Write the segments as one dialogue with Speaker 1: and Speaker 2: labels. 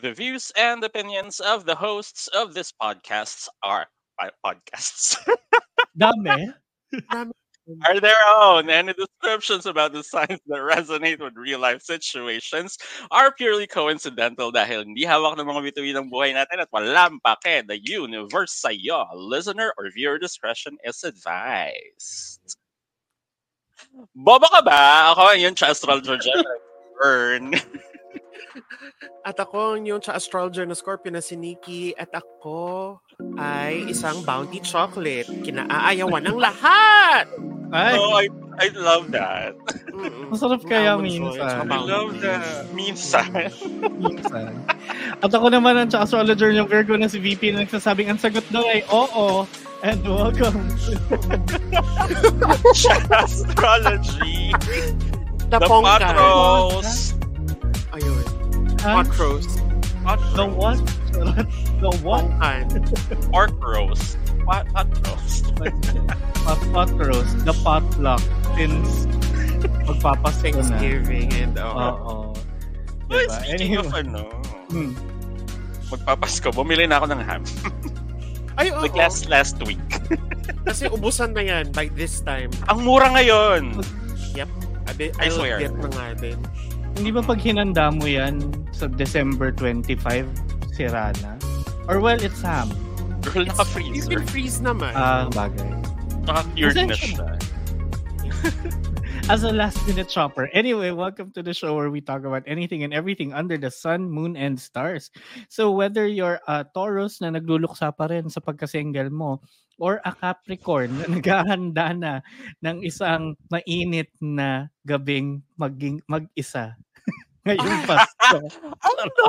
Speaker 1: The views and opinions of the hosts of this podcasts are uh, podcasts
Speaker 2: Dami.
Speaker 1: are their own, and the descriptions about the signs that resonate with real life situations are purely coincidental dahil hindi hawak ng mga bituin ng buhay natin at walang pake the universe sa'yo. Listener or viewer discretion is advised. Bobo ka ba? Ako yun, siya Astral Georgia. Burn.
Speaker 3: At ako yung sa astrologer na Scorpio na si Nikki at ako ay isang bounty chocolate. Kinaaayawan ng lahat!
Speaker 2: Ay,
Speaker 1: Oh, I, I love that.
Speaker 3: Mm-mm.
Speaker 2: Masarap kaya
Speaker 3: Almond
Speaker 2: minsan.
Speaker 3: joy, tsaka
Speaker 1: I
Speaker 3: bounty.
Speaker 1: love that. Minsan.
Speaker 2: minsan. At ako naman ang tsaka astrologer yung Virgo na si VP na nagsasabing ang sagot daw ay oo. And welcome.
Speaker 1: Siya astrology. The
Speaker 3: Napongkan.
Speaker 1: Patros.
Speaker 3: Ayun.
Speaker 2: Ah,
Speaker 3: Patros.
Speaker 2: the what? The what?
Speaker 3: Pongkan.
Speaker 1: Patros. Pat- Patros.
Speaker 2: Pot, pot roast. The potluck. Since magpapasko na.
Speaker 3: Thanksgiving and oh.
Speaker 2: Oo.
Speaker 1: Uy,
Speaker 2: Diba?
Speaker 1: Speaking of ano,
Speaker 2: Hmm.
Speaker 1: magpapasko, bumili na ako ng ham.
Speaker 2: Oh.
Speaker 3: Ay, oo.
Speaker 1: Like last, last week.
Speaker 3: Kasi ubusan na yan by this time.
Speaker 1: Ang mura ngayon.
Speaker 3: Abi,
Speaker 1: I
Speaker 3: I'll
Speaker 1: swear.
Speaker 3: get na nga din.
Speaker 2: Hindi ba pag hinanda mo yan sa December 25, sira na? Or well, it's ham.
Speaker 1: Girl,
Speaker 3: You
Speaker 1: naka-freezer.
Speaker 3: can freeze naman.
Speaker 2: Ah, bagay.
Speaker 1: Naka-cured na
Speaker 2: Essential.
Speaker 1: siya.
Speaker 2: As a last minute shopper. Anyway, welcome to the show where we talk about anything and everything under the sun, moon, and stars. So whether you're a Taurus na nagluluksa pa rin sa pagkasingle mo or a Capricorn na naghahanda na ng isang mainit na gabing maging mag-isa. Ngayong Pasko.
Speaker 1: Ano?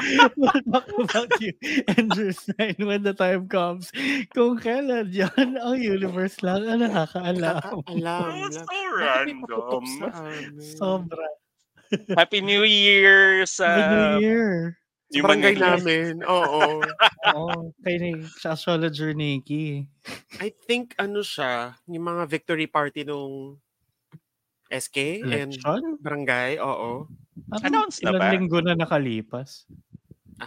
Speaker 2: we'll talk about you and your sign when the time comes. Kung kailan yan, ang universe lang ang nakakaalam.
Speaker 3: Alam.
Speaker 1: Oh, It's so
Speaker 3: Bakit may patutok
Speaker 1: random.
Speaker 3: sa amin?
Speaker 2: Sobra.
Speaker 1: Happy New
Speaker 2: Happy New
Speaker 1: Year sa
Speaker 2: Year.
Speaker 3: Sa
Speaker 1: yung
Speaker 3: barangay
Speaker 1: mga-
Speaker 3: namin. Oo.
Speaker 2: Oo, kay ni, sa astrologer Nikki.
Speaker 3: I think ano siya, yung mga victory party nung SK and
Speaker 2: Election?
Speaker 3: barangay, oo.
Speaker 2: Parang
Speaker 1: Announced na
Speaker 2: ilang
Speaker 1: ba?
Speaker 2: linggo na nakalipas.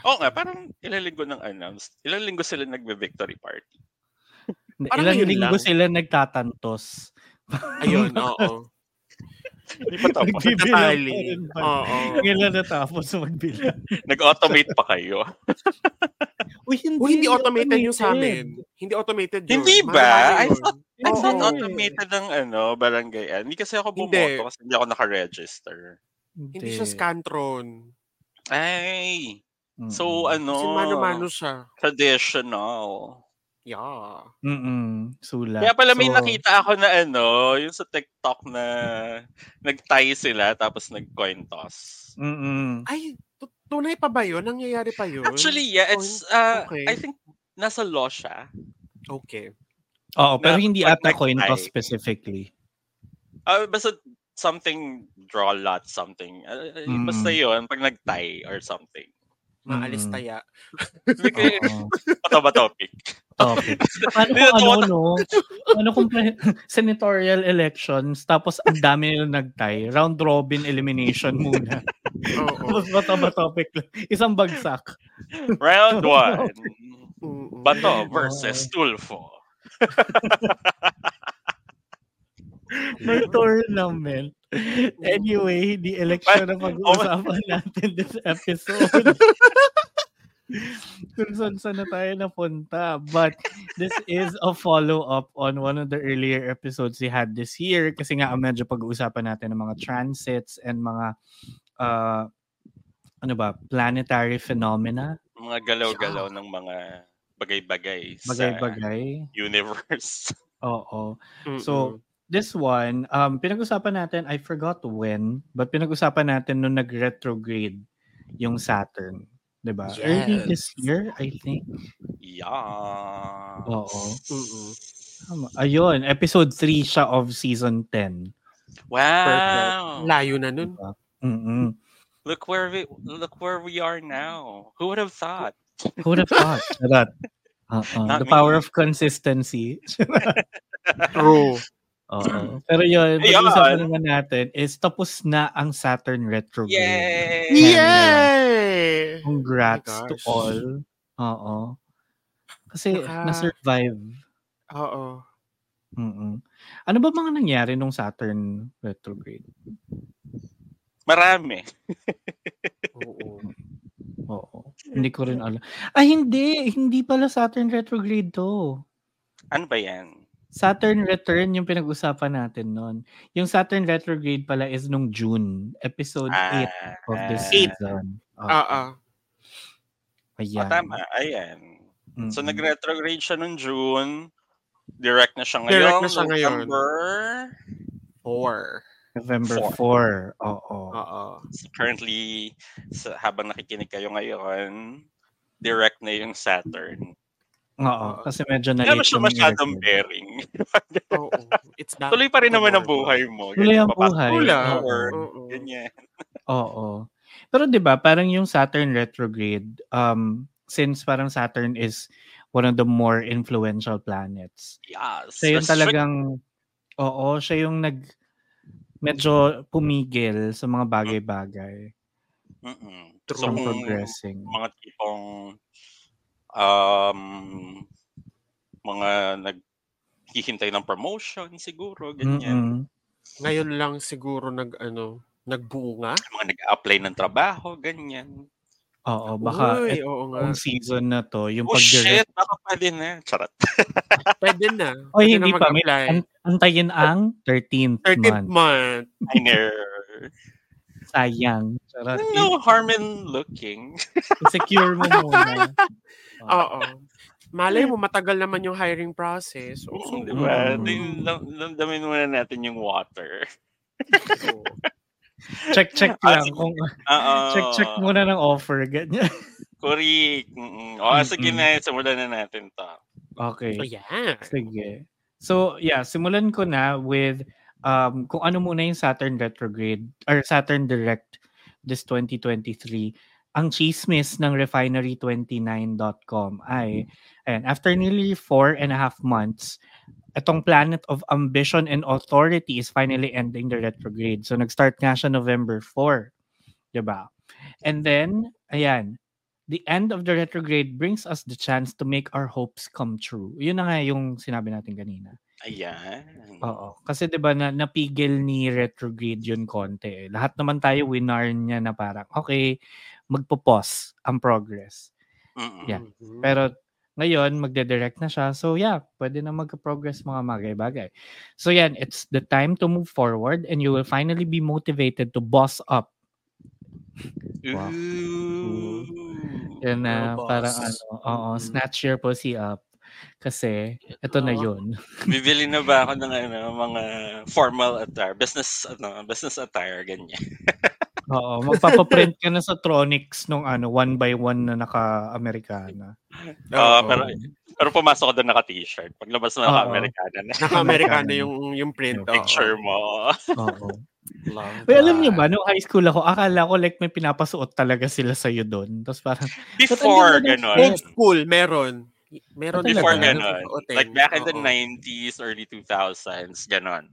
Speaker 1: Oo nga, parang ilang linggo nang announced. Ilang linggo sila nagbe-victory party.
Speaker 2: Hindi,
Speaker 3: Parang
Speaker 2: ilang
Speaker 3: ngayon
Speaker 2: linggo
Speaker 3: lang.
Speaker 2: sila nagtatantos.
Speaker 3: Ayun, oo.
Speaker 1: Hindi pa tapos.
Speaker 2: Nagbibilang
Speaker 3: Natali.
Speaker 2: pa rin ba?
Speaker 3: Oo.
Speaker 2: Kailan natapos magbilang?
Speaker 1: Nag-automate pa kayo.
Speaker 2: Uy, hindi,
Speaker 3: Uy, hindi automated yung eh. sa amin. Hindi automated yun.
Speaker 1: Hindi
Speaker 3: Manual
Speaker 1: ba? I
Speaker 3: yun.
Speaker 1: thought, I
Speaker 3: Oo.
Speaker 1: thought automated ang ano, barangay. ah. Hindi kasi ako
Speaker 3: Hindi.
Speaker 1: bumoto kasi hindi ako nakaregister.
Speaker 3: Hindi siya Scantron.
Speaker 1: Ay!
Speaker 2: Mm-mm.
Speaker 1: So, ano,
Speaker 3: Mm. Kasi mano-mano siya.
Speaker 1: traditional.
Speaker 3: Yeah.
Speaker 2: Mm-mm. Sulat.
Speaker 1: Kaya pala may
Speaker 2: So,
Speaker 1: nakita ako na ano, yung sa TikTok na nag-tie sila tapos nag-coin toss.
Speaker 2: Mm-mm.
Speaker 3: Ay, tu- tunay pa ba yun? Nangyayari pa yun?
Speaker 1: Actually, yeah, it's, uh,
Speaker 3: Okay.
Speaker 1: I think, nasa law siya.
Speaker 3: Okay.
Speaker 2: Oo, pero
Speaker 1: Na-
Speaker 2: hindi
Speaker 1: pag
Speaker 2: ata coin
Speaker 1: nag-tie.
Speaker 2: toss specifically.
Speaker 1: Ah, basta something, draw lot, something. Ah, ah,
Speaker 2: Mm.
Speaker 1: Basta yun, pag nag-tie or something.
Speaker 3: Maalis
Speaker 2: Mm-mm.
Speaker 3: taya.
Speaker 1: Like,
Speaker 2: Oo.
Speaker 1: Ito ba topic?
Speaker 2: Okay. Paano kung ano, no? Ano kung pre- senatorial elections, tapos ang dami nila nag-tie, round robin elimination muna.
Speaker 3: Oo.
Speaker 2: Tapos bata ba topic lang? Isang bagsak.
Speaker 1: Round one.
Speaker 3: Mm-mm.
Speaker 1: Bato versus Tulfo.
Speaker 2: May tournament. Anyway, the election na pag-uusapan natin this episode. Kung saan saan na tayo napunta. But this is a follow-up on one of the earlier episodes we had this year. Kasi nga, ang medyo pag-uusapan natin ng mga transits and mga uh, ano ba, planetary phenomena.
Speaker 1: Mga galaw-galaw ng mga bagay-bagay sa
Speaker 2: Bagay-bagay.
Speaker 1: universe.
Speaker 2: Oo.
Speaker 3: Mm-mm.
Speaker 2: So, this one, um, pinag-usapan natin, I forgot when, but pinag-usapan natin nung nag-retrograde yung Saturn. 'di ba? Early this
Speaker 3: Yes.
Speaker 2: year, I think.
Speaker 1: Yeah.
Speaker 3: Oh,
Speaker 2: Oo.
Speaker 3: Mm-mm.
Speaker 2: Tama. Ayun, episode 3 siya of season 10.
Speaker 3: Perfect.
Speaker 1: Wow.
Speaker 3: Layo na nun.
Speaker 2: Diba? Mm-mm.
Speaker 1: Look where we look where we are now. Who would have thought?
Speaker 2: Who would have thought? Charot. Uh-uh.
Speaker 1: Not
Speaker 2: The power
Speaker 1: me.
Speaker 2: of consistency.
Speaker 3: True.
Speaker 2: Oo. Pero yun,
Speaker 1: Ayun.
Speaker 2: pag-uusapan naman natin is tapos na ang Saturn retrograde.
Speaker 1: Yay!
Speaker 3: Yay!
Speaker 2: Congrats
Speaker 3: Oh my
Speaker 2: to
Speaker 3: gosh.
Speaker 2: all. Oo. Kasi
Speaker 3: Naka-
Speaker 2: na-survive.
Speaker 3: Oo.
Speaker 2: Mm-mm. Ano ba mga nangyari nung Saturn retrograde?
Speaker 1: Marami.
Speaker 3: Oo.
Speaker 2: Oo. Hindi ko rin alam. Ah, hindi. Hindi pala Saturn retrograde to.
Speaker 1: Ano ba yan?
Speaker 2: Saturn return yung pinag-usapan natin noon. Yung Saturn retrograde pala is nung June, episode 8
Speaker 1: Ah,
Speaker 2: of the
Speaker 3: Eight.
Speaker 2: season.
Speaker 3: Oo.
Speaker 1: Oh,
Speaker 2: Ayan.
Speaker 1: tama. Ayan. So
Speaker 3: Mm-hmm.
Speaker 2: Mm-mm.
Speaker 1: nag-retrograde siya noong June. Direct na siya ngayon.
Speaker 3: Direct na siya ngayon.
Speaker 1: November.
Speaker 3: Four.
Speaker 2: November 4. Oo.
Speaker 3: Oo.
Speaker 1: Currently, sa, habang nakikinig kayo ngayon, direct na yung Saturn.
Speaker 2: Oo. Kasi medyo na
Speaker 1: Hindi
Speaker 2: late.
Speaker 1: naman siya
Speaker 2: yung
Speaker 1: masyadong
Speaker 2: record.
Speaker 1: bearing.
Speaker 3: Oo. It's that.
Speaker 1: Tuloy pa rin naman ang buhay mo.
Speaker 2: Tuloy ang
Speaker 1: Papasok
Speaker 2: buhay.
Speaker 1: ka
Speaker 3: Wala.
Speaker 1: sa work,
Speaker 3: Oo.
Speaker 1: Ganyan.
Speaker 2: Oo. Pero 'di ba, parang yung Saturn retrograde um since parang Saturn is one of the more influential planets.
Speaker 1: Yes.
Speaker 2: Siya yung
Speaker 1: Restrict-
Speaker 2: talagang oo, siya yung nag medyo pumigil sa mga
Speaker 1: Mm.
Speaker 2: bagay-bagay
Speaker 1: Mm-mm.
Speaker 3: True.
Speaker 1: So
Speaker 2: from
Speaker 1: kung
Speaker 2: progressing.
Speaker 1: Mm. mga tipong um, mga naghihintay ng promotion siguro, ganyan.
Speaker 2: Mm-mm.
Speaker 3: Ngayon lang siguro nag, ano, nagbunga.
Speaker 1: Mga nag-apply ng trabaho, ganyan.
Speaker 2: Oo, baka
Speaker 3: Uy, oo nga.
Speaker 2: itong season na to, yung
Speaker 1: Oh
Speaker 2: pag-direct.
Speaker 1: shit, baka pwede na. Charot.
Speaker 3: Pwede na.
Speaker 2: Oy,
Speaker 3: Pwede
Speaker 2: hindi
Speaker 3: na
Speaker 2: pa. May,
Speaker 3: mag-apply.
Speaker 2: an- antayin ang 13th, month.
Speaker 3: 13th month.
Speaker 1: Minor.
Speaker 2: Sayang. Charot.
Speaker 1: No harm in looking.
Speaker 2: Secure mo muna. Ah.
Speaker 1: Oh.
Speaker 3: Oo. Malay mo, matagal naman yung hiring process. Oo.
Speaker 1: Oo, di ba?
Speaker 2: Mm.
Speaker 1: Din- dam- Damdamin muna natin yung water.
Speaker 3: Oo.
Speaker 2: check check
Speaker 1: Ah,
Speaker 2: lang
Speaker 1: sige.
Speaker 2: kung
Speaker 1: Ah. Oo.
Speaker 2: check check muna ng offer ganyan.
Speaker 1: Correct. Mm-mm. O, ah,
Speaker 2: Mm-mm.
Speaker 1: sige na. Simulan na natin to.
Speaker 2: Okay.
Speaker 3: So, yeah.
Speaker 2: Sige. So, yeah, simulan ko na with um kung ano muna yung Saturn retrograde or Saturn direct this 2023. Ang chismis ng refinery29.com ay ayan, after nearly four and a half months, itong planet of ambition and authority is finally ending the retrograde. So, nag-start nga siya November 4. 'di ba? And then, ayan, the end of the retrograde brings us the chance to make our hopes come true. Yun na nga yung sinabi natin kanina.
Speaker 1: Ayan.
Speaker 2: Oo. Kasi 'di ba na napigil ni retrograde yun konti. eh. Lahat naman tayo winner niya na parang okay, magpo-pause ang progress.
Speaker 1: Mm-mm.
Speaker 2: Yeah.
Speaker 3: Mhm.
Speaker 2: Pero ngayon magde-direct na siya. So yeah, pwede na magka-progress mga bagay-bagay. So yan, it's the time to move forward and you will finally be motivated to boss up. Wow.
Speaker 1: Ooh.
Speaker 2: Yan na
Speaker 3: Mga
Speaker 2: parang
Speaker 3: boss.
Speaker 2: ano, oo,
Speaker 3: Mhm.
Speaker 2: snatch your pussy up. Kasi ito na
Speaker 3: Oo.
Speaker 2: yun.
Speaker 1: Bibili na ba ako ng ano, mga formal attire, business ano, business attire ganyan.
Speaker 2: Oo, magpapaprint ka na sa Tronics nung ano, one by one na naka-Americana.
Speaker 1: Ah,
Speaker 3: Oo.
Speaker 1: pero pero pumasok ako doon naka-t-shirt. Paglabas na ako
Speaker 2: Oo.
Speaker 1: Amerikana na.
Speaker 3: Naka-Amerikano yung, yung print. oo.
Speaker 1: Picture mo.
Speaker 2: Oo.
Speaker 3: Love
Speaker 2: Well, alam
Speaker 3: that.
Speaker 2: niyo ba, nung high school ako, akala ko like may pinapasuot talaga sila sa'yo doon. Tapos parang,
Speaker 1: Before
Speaker 2: Ba't ang ganda ng
Speaker 1: ganun.
Speaker 3: Old school, meron. Meron
Speaker 2: Talaga?
Speaker 1: Before
Speaker 2: Ano
Speaker 1: ganun. Like back in the 90s, early 2000s, ganun.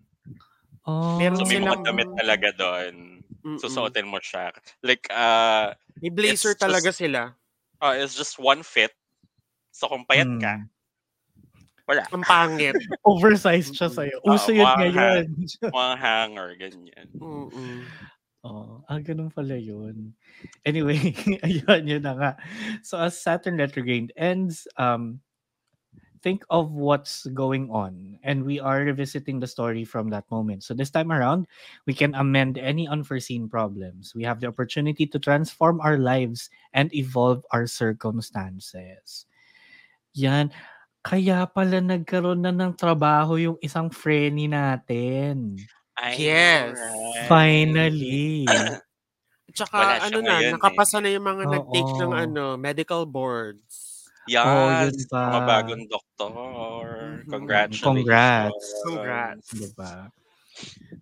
Speaker 2: oh.
Speaker 3: Meron
Speaker 1: So may
Speaker 3: silang-
Speaker 1: mga damit talaga doon.
Speaker 3: Susuot.
Speaker 1: Susuotin mo siya. Like, uh,
Speaker 3: May blazer
Speaker 1: It's just-
Speaker 3: talaga sila.
Speaker 1: uh, it's just one fit. So kung payat
Speaker 2: Hmm.
Speaker 1: ka, wala.
Speaker 3: Ang pangit.
Speaker 2: Oversized siya sa'yo.
Speaker 1: Oo,
Speaker 2: Uso yun
Speaker 1: mga-
Speaker 2: ngayon.
Speaker 1: Mga hanger, ganyan.
Speaker 3: Mm-mm.
Speaker 2: Oo. Ah, ganun pala yun. Anyway, ayun, yun na nga. So as Saturn retrograde ends, um, think of what's going on. And we are revisiting the story from that moment. So this time around, we can amend any unforeseen problems. We have the opportunity to transform our lives and evolve our circumstances. Yan. Kaya pala nagkaroon na ng trabaho yung isang frenny natin.
Speaker 1: Ay,
Speaker 3: Yes.
Speaker 1: alright.
Speaker 2: Finally.
Speaker 3: Tsaka
Speaker 1: Wala siya
Speaker 3: ano na,
Speaker 1: ngayon eh.
Speaker 3: nakapasa na yung mga
Speaker 2: Oo.
Speaker 3: nag-take ng ano, medical boards.
Speaker 1: Yes.
Speaker 2: Oh, yun pa.
Speaker 1: Mga bagong doktor.
Speaker 3: Mhm.
Speaker 1: Congratulations.
Speaker 2: Congrats.
Speaker 3: Congrats.
Speaker 2: Diba?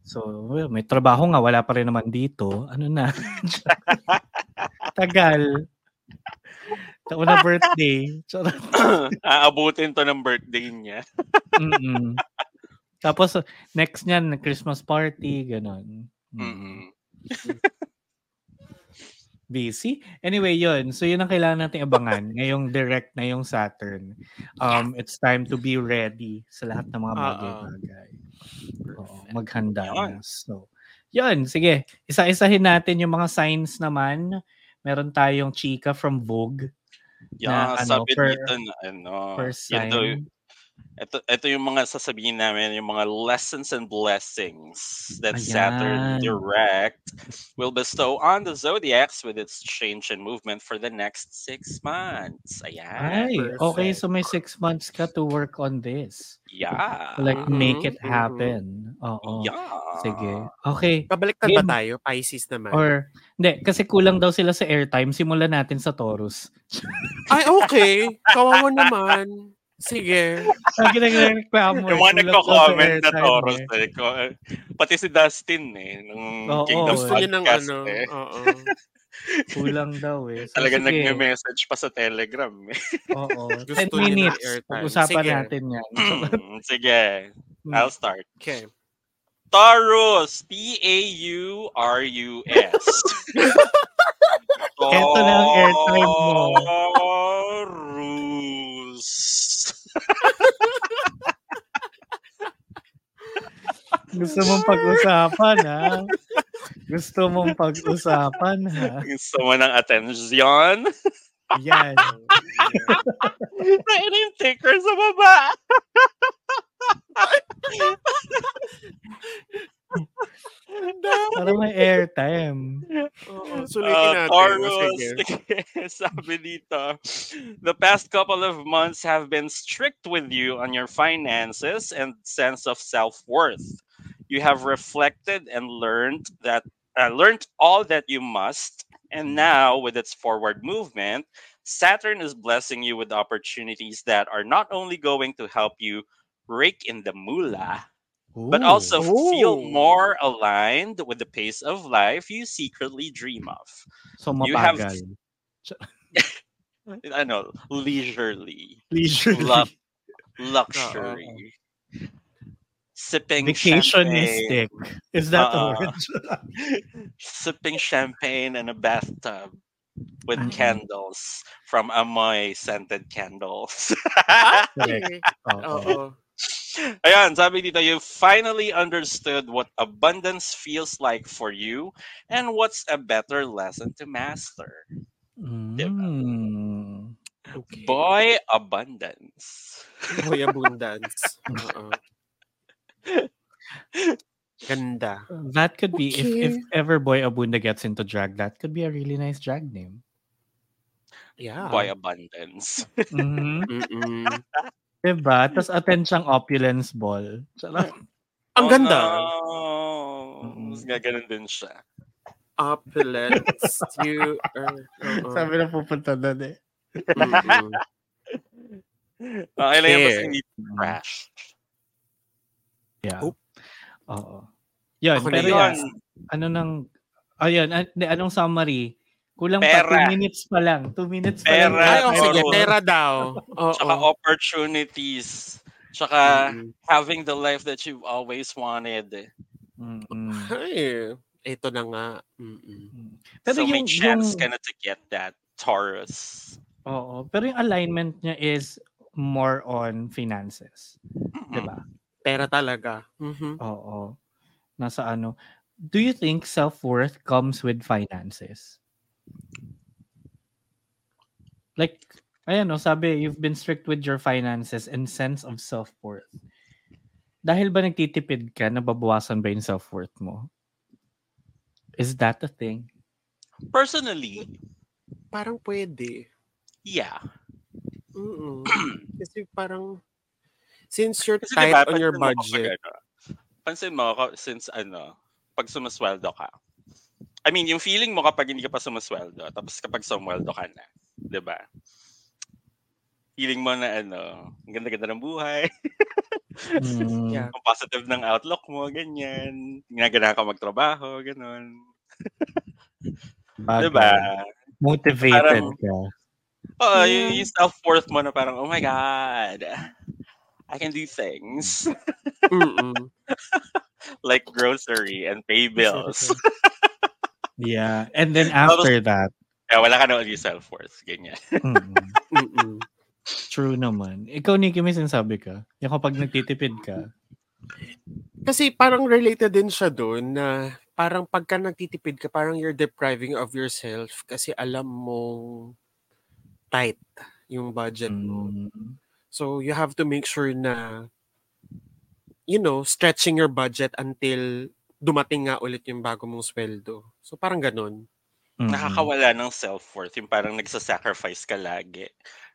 Speaker 2: So, well, may trabaho nga, wala pa rin naman dito. Ano na? Tagal. Taon na birthday. Charot.
Speaker 1: Aabutin to ng birthday niya.
Speaker 2: Mm-mm. Tapos next niyan, Christmas party, ganun. Mm.
Speaker 1: Mm-mm.
Speaker 2: Busy. Anyway, yun. So yun ang kailangan nating abangan ngayong direct na yung Saturn. Um, It's time to be ready sa lahat ng mga
Speaker 3: Oo.
Speaker 2: bagay-bagay. Oo, maghanda na.
Speaker 1: Yun.
Speaker 2: So, yun. Sige. Isa-isahin natin yung mga signs naman. Meron tayong chika from Vogue.
Speaker 1: Yeah,
Speaker 2: na, ano,
Speaker 1: sabi
Speaker 2: per-
Speaker 1: dito na ano.
Speaker 2: First
Speaker 1: yun
Speaker 2: sign.
Speaker 1: daw, ito, ito yung mga sasabihin namin, yung mga lessons and blessings that Saturn
Speaker 2: Ayan.
Speaker 1: direct will bestow on the zodiacs with its change and movement for the next six months. Ayan.
Speaker 2: Ay,
Speaker 3: Perfect.
Speaker 2: okay. So may six months ka to work on this.
Speaker 1: Yeah.
Speaker 2: Like, make
Speaker 3: Mhm,
Speaker 2: it happen. Oo.
Speaker 1: Ah, mm-hmm. yeah.
Speaker 2: Sige. Okay.
Speaker 3: Kabaliktad
Speaker 2: Game.
Speaker 3: ba tayo? Pisces naman.
Speaker 2: Or, hindi, kasi kulang daw sila sa airtime. Simulan natin sa Taurus.
Speaker 3: Ay, okay. Kawawa naman. Sige.
Speaker 2: Lagi nagreklamo. eh,
Speaker 1: Yung mga
Speaker 2: kulang daw sa
Speaker 1: nagko-comment na
Speaker 2: airtime,
Speaker 1: Taurus,
Speaker 2: eh.
Speaker 1: eh. ko- eh, pati si Dustin eh, nung
Speaker 2: Oo,
Speaker 1: Kingdom
Speaker 3: Gusto niya ng
Speaker 1: Podcast
Speaker 3: ano.
Speaker 1: eh.
Speaker 3: Oo.
Speaker 2: Kulang daw eh. So,
Speaker 1: Talaga
Speaker 2: sige.
Speaker 1: nag-message pa sa Telegram eh.
Speaker 2: Oo.
Speaker 3: Gusto
Speaker 2: 10
Speaker 3: niya ng
Speaker 2: minutes.
Speaker 3: airtime.
Speaker 2: Pag-usapan
Speaker 3: Sige.
Speaker 2: natin yan.
Speaker 1: Hmm, Sige, I'll start.
Speaker 3: Okay.
Speaker 1: Taurus, T-A-U-R-U-S.
Speaker 2: Eto na ang airtime mo.
Speaker 1: Taurus.
Speaker 2: Gusto mong pag-usapan, ha? Gusto mong pag-usapan, ha?
Speaker 1: Gusto mo ng attention?
Speaker 2: Yan.
Speaker 1: Tayo na yung ticker sa baba.
Speaker 2: Para may airtime.
Speaker 3: Oo,
Speaker 1: Uh,
Speaker 3: Sulitin natin. O,
Speaker 1: Taurus,
Speaker 3: Sige.
Speaker 1: sabi dito, the past couple of months have been strict with you on your finances and sense of self-worth. You have reflected and learned that uh, learned all that you must, and now with its forward movement, Saturn is blessing you with opportunities that are not only going to help you rake in the moolah, but also feel
Speaker 3: Ooh.
Speaker 1: more aligned with the pace of life you secretly dream of.
Speaker 2: So,
Speaker 1: you have-
Speaker 2: mapagal.
Speaker 1: Ano, leisurely,
Speaker 2: Leisurely.
Speaker 1: Love. luxury, sipping
Speaker 3: eh.
Speaker 1: champagne,
Speaker 2: Vacationistic. Is that the
Speaker 1: Uh-uh.
Speaker 2: word?
Speaker 1: sipping champagne in a bathtub with
Speaker 2: Mm.
Speaker 1: candles from Amoy scented candles.
Speaker 2: Correct.
Speaker 1: oh,
Speaker 2: Oo.
Speaker 3: Oo.
Speaker 1: Ayan, sabi dito, you finally understood what abundance feels like for you and what's a better lesson to master.
Speaker 2: Mm.
Speaker 3: Okay.
Speaker 1: Boy, abundance.
Speaker 3: Boy abundance. Oo. Ganda.
Speaker 2: That could be if, if
Speaker 3: Okay.
Speaker 2: ever Boy Abunda gets into drag, that could be a really nice drag name.
Speaker 3: Yeah.
Speaker 1: Boy, ah. abundance.
Speaker 2: Mhm.
Speaker 3: Mm-mm.
Speaker 2: diba? Tapos attend siyang opulence ball. Charot.
Speaker 1: Oh,
Speaker 3: Ang ganda.
Speaker 1: No.
Speaker 2: Mm-mm.
Speaker 1: Mas Oh, gaganon din siya.
Speaker 3: Opulence. You are... oo.
Speaker 2: na pupunta doon eh.
Speaker 3: Mm-mm.
Speaker 1: Okay lang Ah, yan basta
Speaker 3: Okay.
Speaker 1: hindi
Speaker 2: Mm.
Speaker 1: trash.
Speaker 2: Yeah.
Speaker 3: Oh.
Speaker 2: Oo. Yun,
Speaker 3: Ako na
Speaker 2: pero
Speaker 1: Ayun.
Speaker 2: yun, ano nang, ayun, an- di, anong summary? Kulang
Speaker 1: Pera.
Speaker 2: pa, 2 minutes pa lang. 2 minutes pa lang.
Speaker 1: Pera.
Speaker 3: Ay, oh, sige.
Speaker 1: Taurus.
Speaker 3: Pera daw. Oo.
Speaker 1: Tsaka opportunities. Tsaka
Speaker 3: Mm.
Speaker 1: having the life that you've always wanted.
Speaker 2: Mm-mm.
Speaker 3: Ay, ito na nga. mm. Mm-mm.
Speaker 2: Pero
Speaker 1: so may
Speaker 2: yung,
Speaker 1: chance
Speaker 2: yung,
Speaker 1: ka na to get that, Taurus.
Speaker 2: oo, pero yung alignment niya is more on finances.
Speaker 1: Mm-mm.
Speaker 2: Diba?
Speaker 3: Pera talaga. Mhm.
Speaker 2: Oo. Nasa ano. Do you think self-worth comes with finances? Like, ayan o, sabi, you've been strict with your finances and sense of self-worth. Dahil ba nagtitipid ka, nababawasan ba yung self-worth mo? Is that a thing?
Speaker 1: Personally,
Speaker 3: Parang pwede.
Speaker 1: yeah.
Speaker 3: Mm-mm. Kasi parang, since you're
Speaker 1: Kasi
Speaker 3: tight
Speaker 1: diba,
Speaker 3: on your
Speaker 1: pansin mo kapag
Speaker 3: budget,
Speaker 1: ano, pansin mo ako since ano, pag sumasweldo ka. I mean, yung feeling mo kapag hindi ka pa sumasweldo, tapos kapag sumweldo ka na, 'di ba? Feeling mo na ano, ang ganda-ganda ng buhay,
Speaker 2: Mm,
Speaker 3: Yeah.
Speaker 1: ang positive ng outlook mo, ganyan. Ginagana ka magtrabaho, ganun.
Speaker 2: bagay.
Speaker 1: 'Di ba?
Speaker 2: Motivated
Speaker 1: Parang-
Speaker 2: ka.
Speaker 1: Oo,
Speaker 3: Yeah.
Speaker 1: yung, yung self-worth mo na parang, oh my God, I can do things
Speaker 3: Mm-mm.
Speaker 1: like grocery and pay bills.
Speaker 2: Yeah. And then
Speaker 1: Tapos-
Speaker 2: after that,
Speaker 1: Kaya wala ka na ulit self-worth. Ganyan.
Speaker 2: mm,
Speaker 3: Mm-mm.
Speaker 2: true naman. Ikaw, Nikki, may sinasabi ka. Yung kapag nagtitipid ka.
Speaker 3: Kasi parang related din siya doon na parang pagka nagtitipid ka, parang you're depriving of yourself kasi alam mong tight yung budget mo.
Speaker 2: mm,
Speaker 3: So you have to make sure na you know, stretching your budget until dumating nga ulit yung bago mong sweldo. So parang ganun.
Speaker 2: mm.
Speaker 1: Nakakawala ng self-worth. Yung parang nagsasacrifice ka lagi.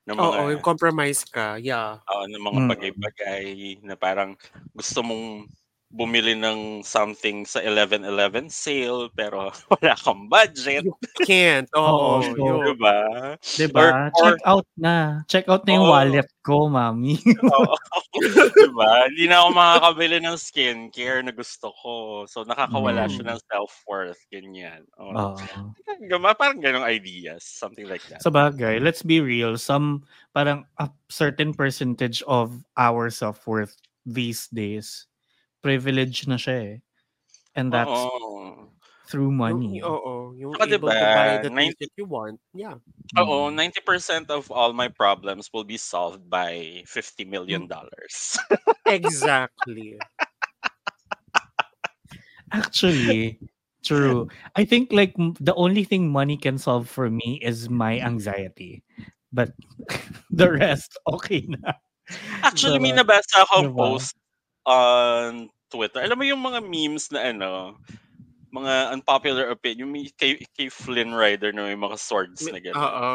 Speaker 1: Ng mga,
Speaker 3: Oo, yung compromise ka. Yeah.
Speaker 1: oo, ng mga
Speaker 2: Mm.
Speaker 1: bagay-bagay na parang gusto mong bumili ng something sa 11-11 sale pero wala kang budget.
Speaker 3: Can't. Oo.
Speaker 2: Oo,
Speaker 3: yun.
Speaker 2: so-
Speaker 1: Diba?
Speaker 2: Mm. Diba?
Speaker 1: Or- or-
Speaker 2: Check out na. Check out na yung
Speaker 1: Oo.
Speaker 2: wallet ko, mami.
Speaker 1: Oo. diba? Hindi na ako makakabili ng skincare na gusto ko. So, nakakawala
Speaker 2: Mm.
Speaker 1: siya ng self-worth. Ganyan. Oo.
Speaker 2: Oo.
Speaker 1: Gama, parang ganong ideas. Something like that.
Speaker 2: Ah. Sa bagay, let's be real, some parang a certain percentage of our self-worth these days, privilege na siya eh. And that's
Speaker 1: Oo.
Speaker 2: through money.
Speaker 3: Yung, oo, yung
Speaker 1: Saka diba,
Speaker 3: able to buy the things
Speaker 1: nine-
Speaker 3: that you want. Yeah.
Speaker 1: Oo,
Speaker 2: Hmm.
Speaker 1: 90% of all my problems will be solved by 50 million
Speaker 2: Hmm.
Speaker 1: dollars.
Speaker 3: Exactly.
Speaker 2: Actually, true. I think like m- the only thing money can solve for me is my anxiety. But the rest, okay na.
Speaker 1: Actually, may
Speaker 2: Diba?
Speaker 1: nabasa akong
Speaker 2: Diba?
Speaker 1: post on Twitter. Alam mo yung mga memes na ano, mga unpopular opinion, may kay, kay Flynn Rider na may mga swords na gano'n.
Speaker 3: Oo.